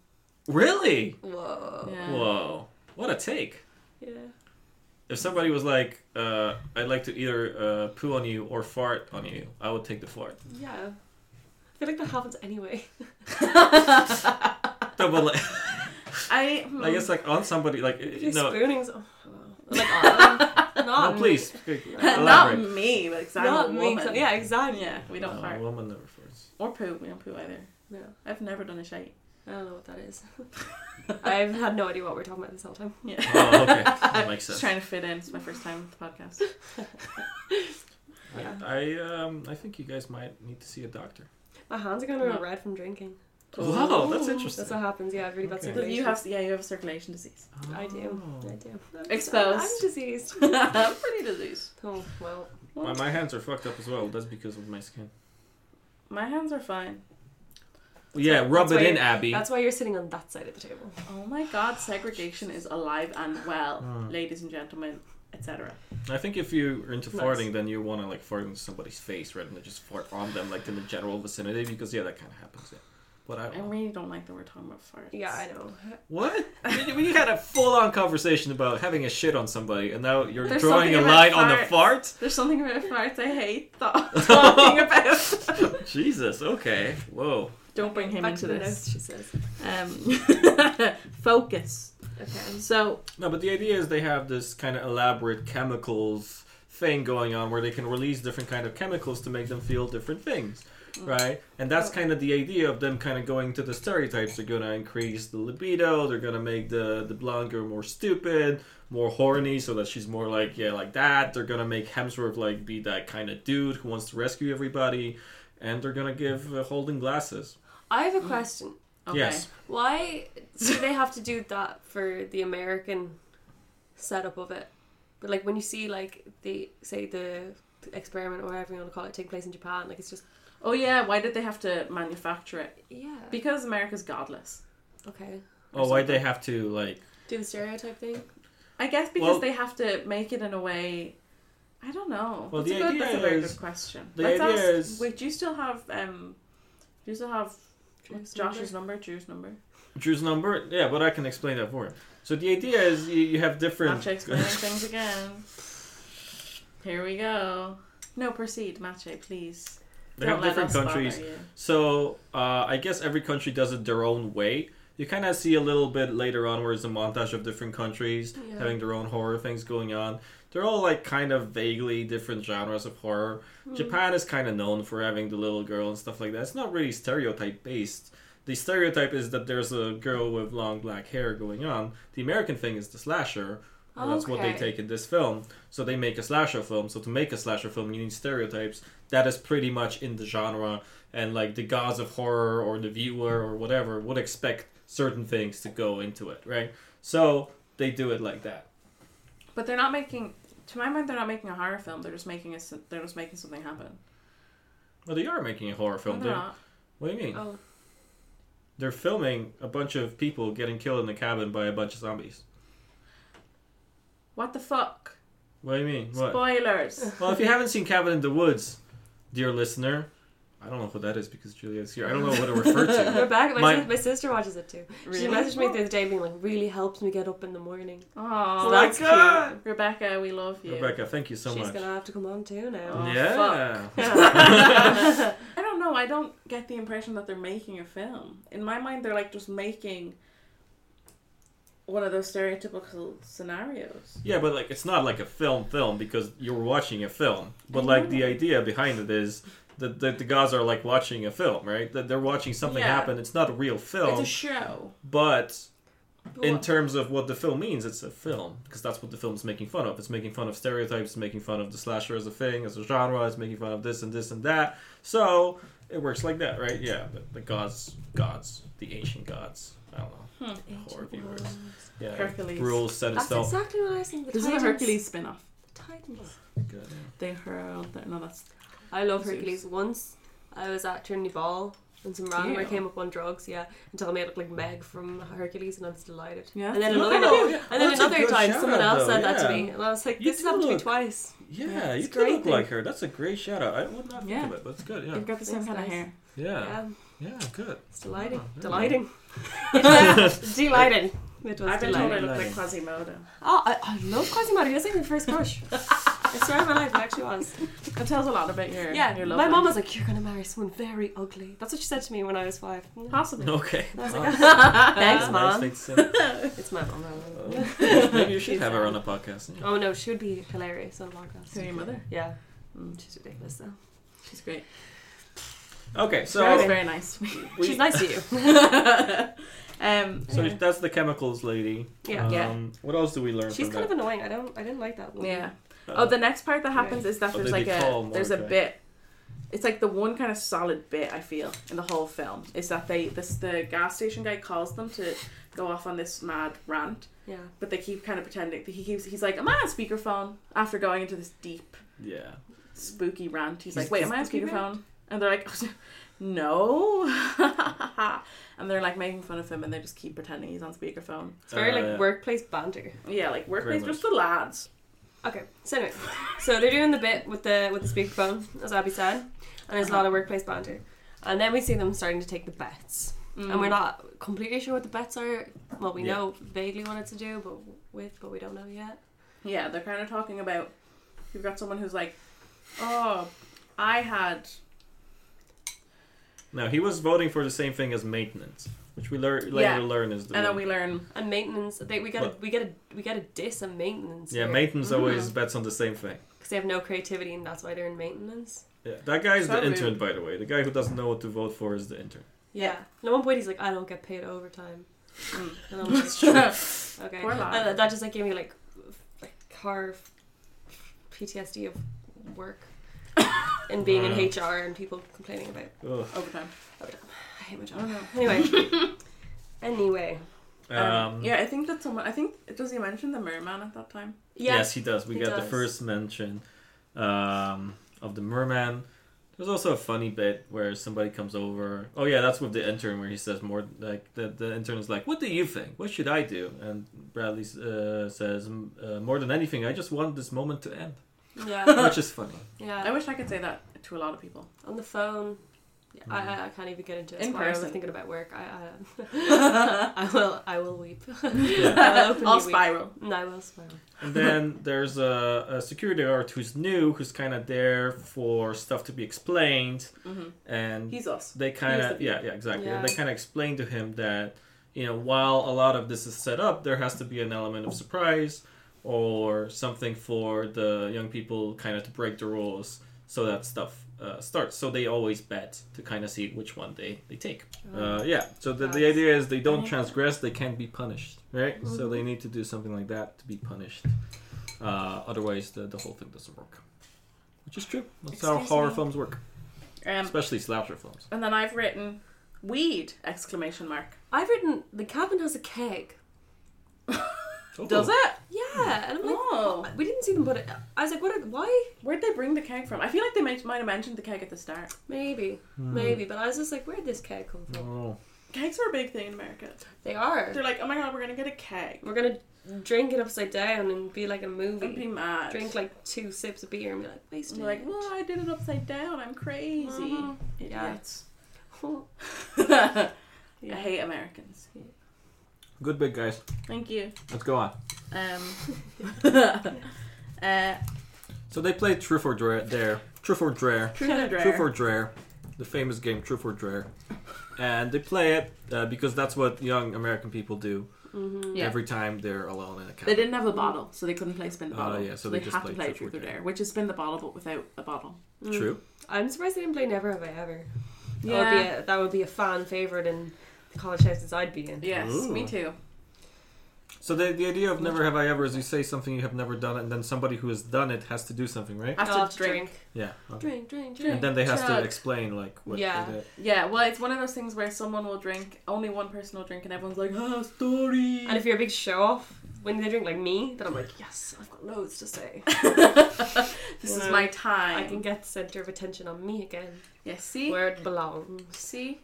Really? Whoa. Yeah. Whoa! What a take. Yeah. If somebody was like, uh, "I'd like to either uh, poo on you or fart on you," I would take the fart. Yeah. I feel like that happens anyway. No, [laughs] but like, I hmm, I guess like on somebody, like If uh, you're [laughs] no, spooning some- [laughs] Like, uh, Oh, not no, please [laughs] [laughs] not elaborate. Oh. me, but exactly. Not me. Woman. Yeah, exactly. yeah, we don't No, fart a woman never [laughs] farts. or poo. We don't poo either. No, I've never done a shite. I don't know what that [laughs] is. I've had no idea what we're talking about this whole time. Yeah, Oh, okay, that makes just sense. trying to fit in. It's my first time with the podcast. Yeah. I, I um, I think you guys might need to see a doctor. My hands are going to Yeah. go red from drinking. Wow, that's Ooh. interesting. That's what happens. Yeah, I've really bad Okay. So circulation. you have, yeah, you have a circulation [laughs] disease. I do. Oh. I do. I'm- Exposed. I'm diseased. Pretty disease. oh well. My, my hands are fucked up as well. That's because of my skin. My hands are fine. yeah, rub that's it why in, you- Abby. That's why you're sitting on that side of the table. Oh my God, segregation is alive and well, Mm. ladies and gentlemen, etc. I think if you're into Nice. farting, then you want to like fart into somebody's face rather than just fart on them, like in the general vicinity, because yeah, that kind of happens. Yeah. But I I really don't like that we're talking about farts. Yeah, I know. [laughs] what? we, we had a full-on conversation about having a shit on somebody, and now you're There's drawing something a about line on the farts. fart. There's something about [laughs] farts I hate thought, talking about. [laughs] Jesus. Okay. Whoa. Don't bring him Back into to the notes, this. she says. Um, [laughs] focus. Okay. So No, but the idea is they have this kind of elaborate chemicals thing going on where they can release different kind of chemicals to make them feel different things, right? And that's kind of the idea of them kind of going to the stereotypes. They're gonna increase the libido. They're gonna make the the blonde girl more stupid, more horny, so that she's more like yeah, like that. They're gonna make Hemsworth like be that kind of dude who wants to rescue everybody, and they're gonna give uh, holding glasses. I have a question. okay. Yes. Why do they have to do that for the American setup of it? But like when you see like the say the experiment or whatever you want to call it take place in Japan, like it's just Oh yeah, why did they have to manufacture it? yeah Because America's godless. okay Oh, why they have to like do the stereotype thing. I guess because Well- they have to make it in a way. I don't know. Well, that's, the a good, idea that's a very is- good question. the Let's idea ask. is- Wait, do you still have um? Do you still have Drew's Josh's number? Drew's number? Drew's number, yeah, but I can explain that for him. So the idea is you, you have different. Matcha [laughs] explaining things again. Here we go. No, proceed, Matcha, please. they have Don't let different us bother countries. you. So uh, I guess every country does it their own way. You kind of see a little bit later on where it's a montage of different countries Yeah. having their own horror things going on. They're all like kind of vaguely different genres of horror. Hmm. Japan is kind of known for having the little girl and stuff like that. It's not really stereotype based. The stereotype is that there's a girl with long black hair going on. The American thing is the slasher. and That's what they Okay. take in this film. So they make a slasher film. So to make a slasher film, you need stereotypes. That is pretty much in the genre and like the gods of horror or the viewer or whatever would expect certain things to go into it, right? So they do it like that. But they're not making. To my mind, they're not making a horror film. They're just making a. s- They're just making something happen. Well, they are making a horror No, film. they're They're, not. what do you mean? Oh, They're filming a bunch of people getting killed in the cabin by a bunch of zombies. What the fuck? What do you mean? What? [laughs] Spoilers. well, if you haven't seen Cabin in the Woods, dear listener, I don't know who that is because Julia's here. I don't know what to refer to. [laughs] Rebecca, my, My- sis- my sister watches it too. She Really? messaged me the other day being like, really helps me get up in the morning. Oh, So my that's God. cute. Rebecca, we love you. Rebecca, thank you so She's much. gonna have to come on too now. [laughs] [laughs] Oh, yeah. I don't know. I don't get the impression that they're making a film. In my mind, they're like just making one of those stereotypical scenarios. [laughs] Yeah, but like it's not like a film film because you're watching a film. But like the idea behind it is that the, the guys are like watching a film, right? That they're watching something Yeah. happen. It's not a real film, It's a show. but in What- terms of what the film means, it's a film because that's what the film's making fun of. It's making fun of stereotypes, it's making fun of the slasher as a thing, as a genre. It's making fun of this and this and that. So it works like that, right? Yeah, the, the gods, gods, the ancient gods. I don't know. Hmm. Horror viewers. Yeah, Hercules. rules set in That's stone. exactly what I was thinking. The this is a Titans. Hercules spin off. The Titans. Good. They hurl. Their, no, that's. I love Zeus. Hercules. Once I was at Trinity Ball and some randomer Ew. came up on drugs, yeah, and told me I looked like Meg from Hercules, and I was delighted. Yeah. And then Look another, at you. time- and then Oh, That's a another good time, shout someone out, else said though, that to yeah. me, and I was like, You "This has do happened to me look- twice." Yeah, Yeah, you it's could look great like her. That's a great shout out. I would not think Yeah. of it, but it's good. Yeah, You've got the same Thanks, kind of guys. hair. yeah, Yeah, yeah, [laughs] good. [laughs] it's delighting, Oh, yeah. [laughs] delighting, [laughs] delighting. It was I've been told delighting. I look like Lighting. Quasimodo. Oh, I, I love Quasimodo. That's like my first [laughs] crush. I swear on my life, it actually was. It tells a lot about your. Yeah, your my mom was like, "You're gonna marry someone very ugly." That's what she said to me when I was five. Possibly. Okay. I was Oh, like, that's [laughs] "Thanks, a mom." nice thing to say. It's my mom. Oh, [laughs] Maybe you should have her on a podcast. yeah. Oh no, she would be hilarious on a So podcast. your mother. Yeah, Mm, she's ridiculous though. she's great. Okay, So that was so very nice. [laughs] we- She's nice to you. um, So Yeah. that's the chemicals lady. Yeah. Um, Yeah. What else do we learn She's from Uh, kind of that? annoying. I don't. I didn't like that one. yeah. Oh, the next part that happens is that Oh, there's they like a become there's a Mordecai. bit. It's like the one kind of solid bit I feel in the whole film is that they this the gas station guy calls them to go off on this mad rant, Yeah. but they keep kind of pretending he keeps he's like, "Am I on speakerphone?" After going into this deep yeah. spooky rant, he's, He's like, "Wait, am I on spooky speakerphone?" And they're like, [laughs] "No," [laughs] and they're like making fun of him, and they just keep pretending he's on speakerphone. It's very Uh, like yeah. workplace banter. Yeah, like workplace much. just the lads. Okay. So anyway, so they're doing the bit with the with the speakerphone, as Abby said, and there's a lot of workplace banter, and then we see them starting to take the bets. and we're not completely sure what the bets are. Well, we Mm. Yeah. know vaguely what it's to do, but with, but we don't know yet. Yeah, they're kind of talking about you've got someone who's like, oh, I had Now he was voting for the same thing as maintenance, which we lear- later Yeah. learn is the. and then word. we learn And maintenance, they, we got a What? we got a we got a diss on maintenance. yeah, maintenance Mhm. always bets on the same thing. because they have no creativity, and that's why they're in maintenance. Yeah, that guy's the Sadly. intern, by the way. The guy who doesn't know what to vote for is the intern. Yeah. And at one point, he's like, "I don't get paid overtime," Mm. and I'm [laughs] like, "Okay." Poor lad. And that- that just like gave me like like car PTSD of work [laughs] and being Wow. in HR and people complaining about. Ugh. overtime. I hate my I don't job. know. Anyway. [laughs] Anyway, Um, yeah, I think that someone. I think does he mention the merman at that time? Yes, he does. We he got the does. first mention um, of the merman. There's also a funny bit where somebody comes over. Oh yeah, that's with the intern where he says more like the, the intern is like, "What do you think? What should I [laughs] do?" And Bradley uh, says, "M- uh, "More than anything, I just want this moment to end." [laughs] Yeah, which is funny. I yeah. wish I could say that to a lot of people. On the phone. Yeah, I, I, I can't even get into it. Mm. In Sorry, I was person. thinking about work. I, [laughs] I, I will. [laughs] I will weep. I will openly I'll weep. spiral. No, I will smile. And then there's a, a security guard who's new, who's kind of there for stuff to be explained, Mhm. and He's us. they kind He's of the- yeah yeah exactly Yeah. they kind of explained to him that you know while a lot of this is set up there has to be an element of surprise or something for the young people kind of to break the rules so that stuff uh, starts so they always bet to kind of see which one they they take uh, yeah so the, the Nice. idea is they don't Yeah. transgress they can't be punished right Mm-hmm. so they need to do something like that to be punished uh, otherwise the, the whole thing doesn't work which is true that's how Excuse horror me. films work Um, especially slasher films and then I've written weed exclamation mark. I've written the cabin has a keg. Does it? Yeah, and I'm like, Oh, we didn't see them put it. I was like, what? Are, why? where'd they bring the keg from? I feel like they might, might have mentioned the keg at the start. Maybe, Hmm. maybe. But I was just like, where'd this keg come from? Oh. Kegs are a big thing in America. They are. They're like, oh my god, we're gonna get a keg. We're gonna drink it upside down and be like in a Don't be movie. mad. Drink like two sips of beer and be like And wasted. you're like, well, I did it upside down. I'm crazy. Mhm. Yeah. Idiots. [laughs] [laughs] well, I hate Americans. good bit guys Thank you. Let's go on. Um, [laughs] uh, So they played Truth or Dare. Dare. Truth or Dare. truth or dare. Truth or Dare. The famous game Truth or Dare. And they play it uh, because that's what young American people do Yeah. every time they're alone in a cabin. They didn't have a bottle, so they couldn't play spin the Oh, bottle. yeah, so they they, just had to played play Truth or truth or Dare. dare, which is spin the bottle but without a bottle. Mm. True. I'm surprised they didn't play Never Have I Ever. That would be Yeah. a, that would be a fan favorite in the college houses I'd be in. Yes, Ooh. me too. So the, the idea of never have I ever is you say something you have never done, and then somebody who has done it has to do something, right? Have to Off drink. Yeah. okay. drink, drink, drink. And then they have to Chug. explain like what Yeah. they did. Yeah, well, it's one of those things where someone will drink, only one person will drink, and everyone's like, ah, story. And if you're a big show off, when they drink like me, then I'm like, yes, I've got loads to say. [laughs] this you is know, my time. I can get the center of attention on me again, Yeah, see? where it belongs. See?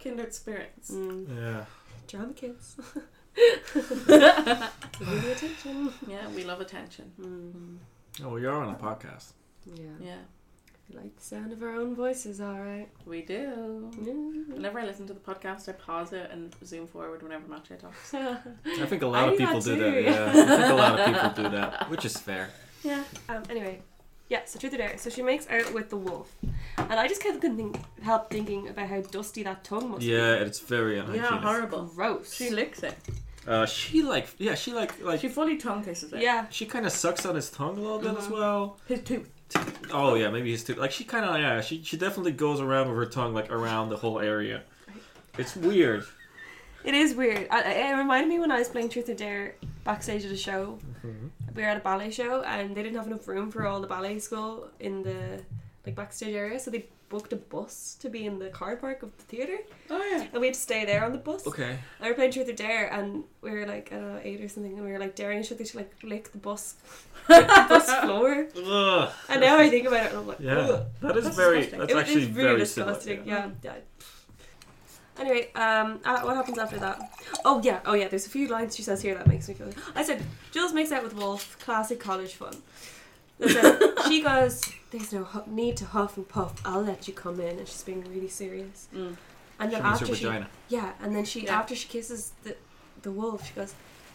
Kindred [laughs] spirits. Mm, Yeah. drown the kids. [laughs] Give me the attention. Yeah, we love attention. Mm, Oh, well, you're on a podcast. yeah. Yeah, We like the sound of our own voices, alright. we do. Mm. Whenever I listen to the podcast, I pause it and zoom forward whenever Matcha talks. Mm. [laughs] I think a lot I do of people that do too. that. Yeah. I think a lot of people do that, which is fair. Yeah. Um, anyway, yeah, so truth or dare. So she makes out with the wolf. And I just kept thinking, help thinking about how dusty that tongue must Yeah, it's very unhygienic. Yeah, be. horrible. Gross. She licks it. Uh, she like yeah, she like like She she, fully tongue kisses it. yeah. kind of sucks on his tongue a little bit as well. His tooth. Oh yeah, maybe his too. Like she kind of yeah, she she definitely goes around with her tongue like around the whole area. It's weird. It is weird. I, I- it reminded me when I was playing Truth or Dare backstage at a show. We were at a ballet show and they didn't have enough room for all the ballet school in the like backstage area, so they booked a bus to be in the car park of the theater, Oh, yeah. and we had to stay there on the bus. Okay. I were playing Truth or Dare, and we were like I don't know eight or something, and we were like daring each other to like lick the bus, [laughs] lick the bus floor. Ugh. And now I think about it, and I'm like, Yeah, ugh. that is That's very. disgusting. That's It- actually it's really very disgusting. Similar, yeah. yeah. Anyway, um, uh, what happens after that? Oh yeah, oh yeah. There's a few lines she says here that makes me feel. I said Jules makes out with Wolf, classic college fun. I said, she goes, "There's no hu- need to huff and puff. I'll let you come in." And she's being really serious. Mm. And then She means her after she, vagina. yeah, and then she Yeah. after she kisses the the wolf, she goes,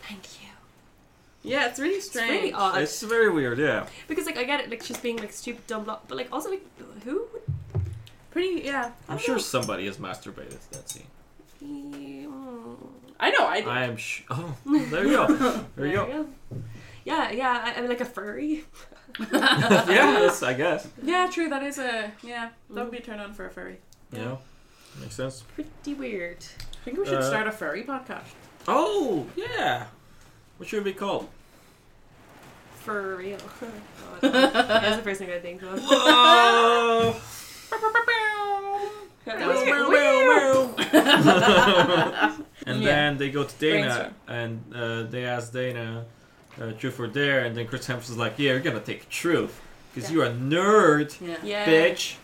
"Thank you." Yeah, it's really It's strange. really odd It's very weird. Yeah. because like uh, I get it, like she's being like stupid, dumb, blah, but like also like who would Pretty, yeah. I'm don't sure know. somebody has masturbated to that scene. be? Mm. I know, I do. I am. Sh- oh, there you go. There you go. Yeah, yeah, I, I'm like a furry. [laughs] yeah, that's, I guess. Yeah, true, that is a. Yeah, that would be a turn on for a furry. Yeah. makes sense. Pretty weird. I think we should Uh, start a furry podcast. Oh yeah. What should it be [laughs] called? For real. [laughs] Oh, That's the first thing I think of. [laughs] Whoa! That was Weird. [laughs] and Yeah. then they go to Dana and uh, they ask Dana, uh, truth or dare, and then Chris Hemsworth's like, yeah, you're gonna take truth because Yeah. you're a nerd, Yeah. Yeah. bitch.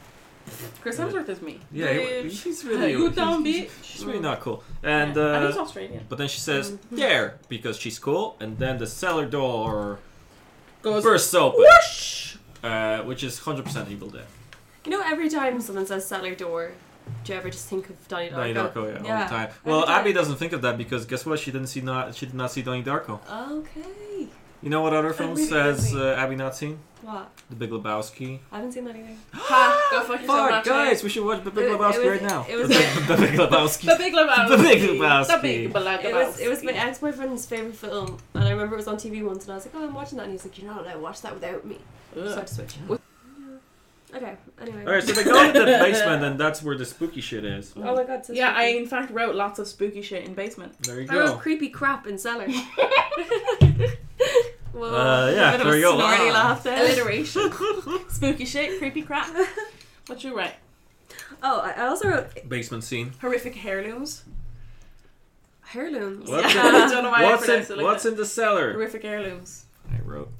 Chris Hemsworth is me. Yeah, he- Bitch. she's Hey, really you dumb she's, bitch. she's really not cool. And yeah. and uh, he's Australian. but then she says dare because she's cool, and then the cellar door Goes bursts open. whoosh! uh, which is 100% Evil Dead. You know, every time someone says cellar door, do you ever just think of Donnie Darko? Donnie Darko, yeah, all Yeah. the time. Well, time. Abby doesn't think of that because guess what? She didn't see not she did not see Donnie Darko. Okay. You know what other film really says busy. uh, Abby not seen? What? The Big Lebowski. I haven't seen that either. [gasps] Ha, go fuck yourself, Fuck, Nacho. guys, we should watch The Big It- it Lebowski was- right now. it was- [laughs] the Big Lebowski. The Big Lebowski. The Big Lebowski. The Big Lebowski. It was it was my ex boyfriend's favorite film, and I remember it was on TV once, and I was like, "Oh, I'm watching that," and he's like, "You're not allowed to watch that without me." So I had Ugh. to switch. Okay. Anyway. Alright, so they go to the basement and that's where the spooky shit is. Oh my god. So Yeah, I spooky. in fact wrote lots of spooky shit in basement. There you I wrote go. creepy crap in [laughs] cellar. Whoa, Uh, yeah, a bit there of a you go. snorty Ah. laugh there. Alliteration. [laughs] spooky shit, creepy crap. What you write? Oh, I I also wrote Basement scene. Horrific heirlooms. heirlooms. What? Yeah, [laughs] I don't know why I What's pronounced it in like What's that. in the cellar? Horrific heirlooms. I wrote.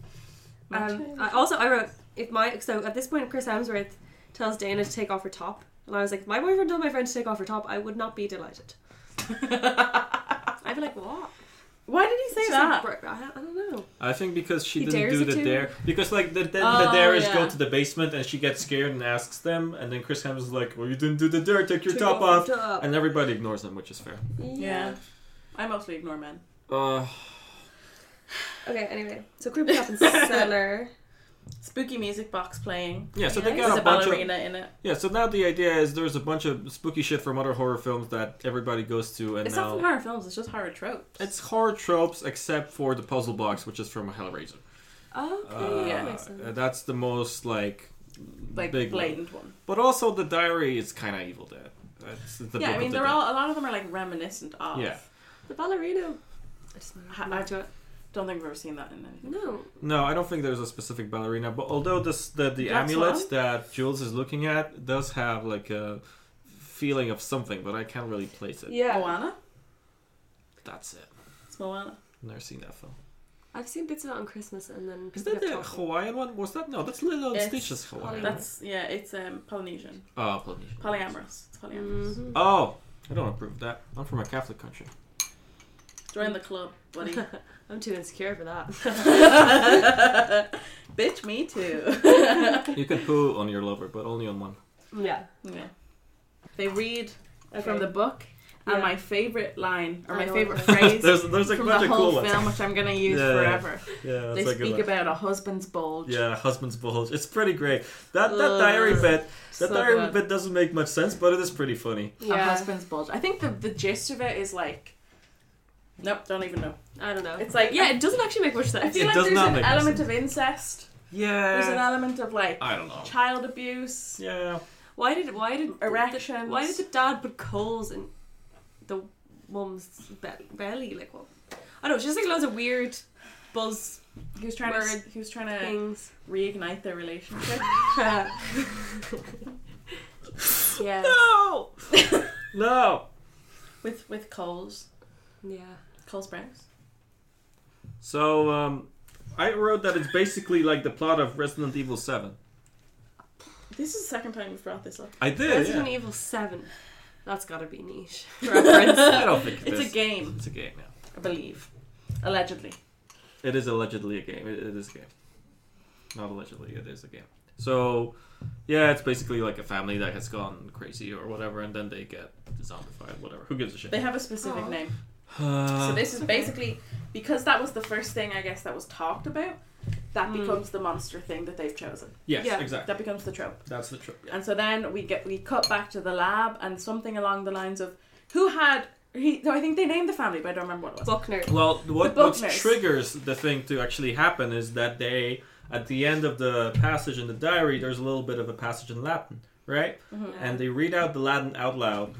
Um, I also I wrote if my so at this point Chris Hemsworth tells Dana to take off her top, and I was like, if my boyfriend told my friend to take off her top, I would not be [laughs] delighted. I'd be like, what? Why did he say She's that? Like, "Bro, I, I don't know. I think because she He didn't dares do you the to? dare because like the the, the Oh, dare is go yeah. to the basement and she gets scared and asks them and then Chris Hemsworth is like, "Well, you didn't do the dare. Take your Take top your off," top. and everybody ignores them, which is fair. Yeah. I mostly ignore men. Uh, Okay. Anyway, so creepy crap in cellar. Spooky music box playing. yeah, so they Yeah, There's got a a bunch of ballerina in it. yeah. So now the idea is there's a bunch of spooky shit from other horror films that everybody goes to, and It's not now from horror films, it's just horror tropes. it's horror tropes except for the puzzle box, which is from Hellraiser. [laughs] Okay, Uh, that makes sense. that's the most like like big one. blatant one. But also, the diary is kind of Evil Dead. That's the yeah, book I of mean the they're dead. all a lot of them are like reminiscent of. Yeah. The ballerino. I just Ha- moved to it. Don't think I've ever seen that in anything. No. No, I don't think there's a specific ballerina. But although this, the the That's amulet one. that Jules is looking at does have like a feeling of something, but I can't really place it. Yeah. Moana? That's it. It's Moana. Never seen that film. I've seen bits of it on Christmas and then. Is that people the have talked- Hawaiian one? Was that no? That's Lilo and It's- Stitch's Hawaiian. Polyamory. That's yeah, it's um Polynesian. Oh, Polynesian. Polyamorous. It's polyamorous. Mhm. Oh, I don't approve of that. I'm from a Catholic country. Join the club, buddy. I'm too insecure for that. Bitch, me too. You can poo on your lover, but only on one. [laughs] yeah. yeah. They read Okay. from the book, and Yeah. my favorite line or I my know [laughs] favorite what it phrase there's there's like a from bunch the of whole cool ones. film, which I'm gonna use Yeah, yeah. forever. Yeah, that's They like a speak bunch. about a husband's bulge. Yeah, husband's bulge. It's pretty great. That that Ugh. diary bit, that So diary good. bit doesn't make much sense, but it is pretty funny. A Yeah. husband's bulge. I think the the gist of it is like. Nope, don't even know. I don't know. It's like- yeah, it doesn't actually make much sense. I feel It like does there's not an make element sense. of incest. There's an Yeah, element of like I don't know. child abuse. Yeah, Why did why did the- Erections. why did the dad put coals in the mum's be- belly? Like what? I don't know. It's just like loads of weird buzz He was trying Word to he was trying to things. reignite their relationship. [laughs] yeah, No, no. with with Coles. yeah. Coles Brows. So um, I wrote that it's basically like the plot of Resident Evil Seven. This is the second time you've brought this up. I did. Resident Yeah. Evil Seven. That's gotta be [laughs] niche. I don't think It's a game, It's a game. Yeah, I believe. Allegedly. it is allegedly a game. It, it is a game. Not allegedly, it is a game. So, yeah, it's basically like a family that has gone crazy or whatever, and then they get zombified, whatever. Who gives a shit? They have a specific Aw. name. Uh, So this is basically because that was the first thing I guess that was talked about, that Mm. becomes the monster thing that they've chosen. Yes, Yeah. exactly. That becomes the trope. That's the trip. And so then we get we cut back to the lab and something along the lines of who had he no, I think they named the family, but I don't remember what it was. Buckner. Well, what The boat what nurse. triggers the thing to actually happen is that they, at the end of the passage in the diary, there's a little bit of a passage in Latin, right? Mm-hmm. And they read out the Latin out loud,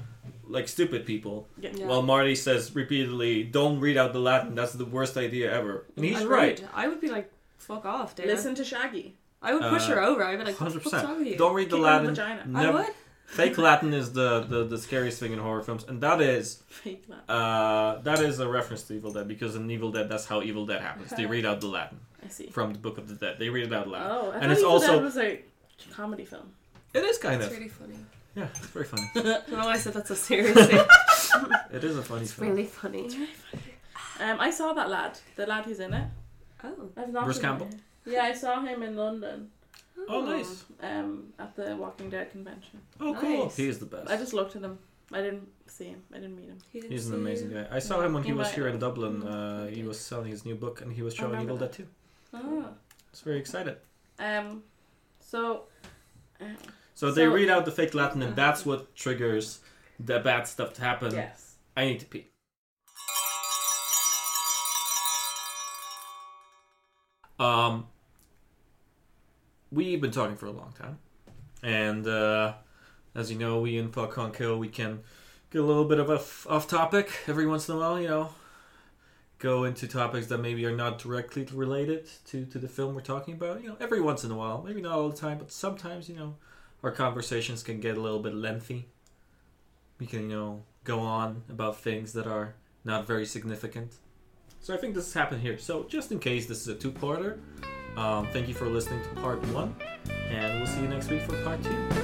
like stupid people. Yeah. Yeah. While Marty says repeatedly, "Don't read out the Latin. That's the worst idea ever." And he's Agreed. right. I would be like, fuck off, dude. Listen to Shaggy. I would push Uh, her over. I'd be like, Hundred what's wrong with you? percent. Don't read the Kick her in Latin. the vagina. I Never- would. [laughs] Fake Latin is the, the the scariest thing in horror films, and that is Fake lab. uh, that is a reference to Evil Dead because in Evil Dead, that's how Evil Dead happens. They read out the Latin. I see. from the Book of the Dead. They read it out loud. Oh, I And thought it's you said also- that was a comedy film. It is kind It's of. really funny. [laughs] Yeah, it's very funny. I don't know why I said that so seriously. [laughs] it is a funny it's film. really funny. Um, I saw that lad, the lad who's in it. Oh. I've not Bruce seen him. Campbell? Yeah, I saw him in London. Oh, nice. Um, at the Walking Dead convention. Oh, cool. Nice. He is the best. I just looked at him. I didn't see him. I didn't meet him. He didn't He's an see amazing you. guy. I saw him when he You was might- here in Dublin. Mm, Uh, okay. he was selling his new book and he was I showing remember Evil that. Dead too. Oh. I was very excited. Um. So. Uh, So, they So- read out the fake Latin and that's what triggers the bad stuff to happen. yes. I need to pee. Um, we've been talking for a long time, and uh, as you know, we in Fuck Hunk Hill we can get a little bit of off, off topic every once in a while. You know, go into topics that maybe are not directly related to to the film we're talking about. You know, every once in a while, maybe not all the time, but sometimes you know, our conversations can get a little bit lengthy. We can you know go on about things that are not very significant. So I think this has happened here. So just in case this is a two-parter, um, thank you for listening to part one, and we'll see you next week for part two.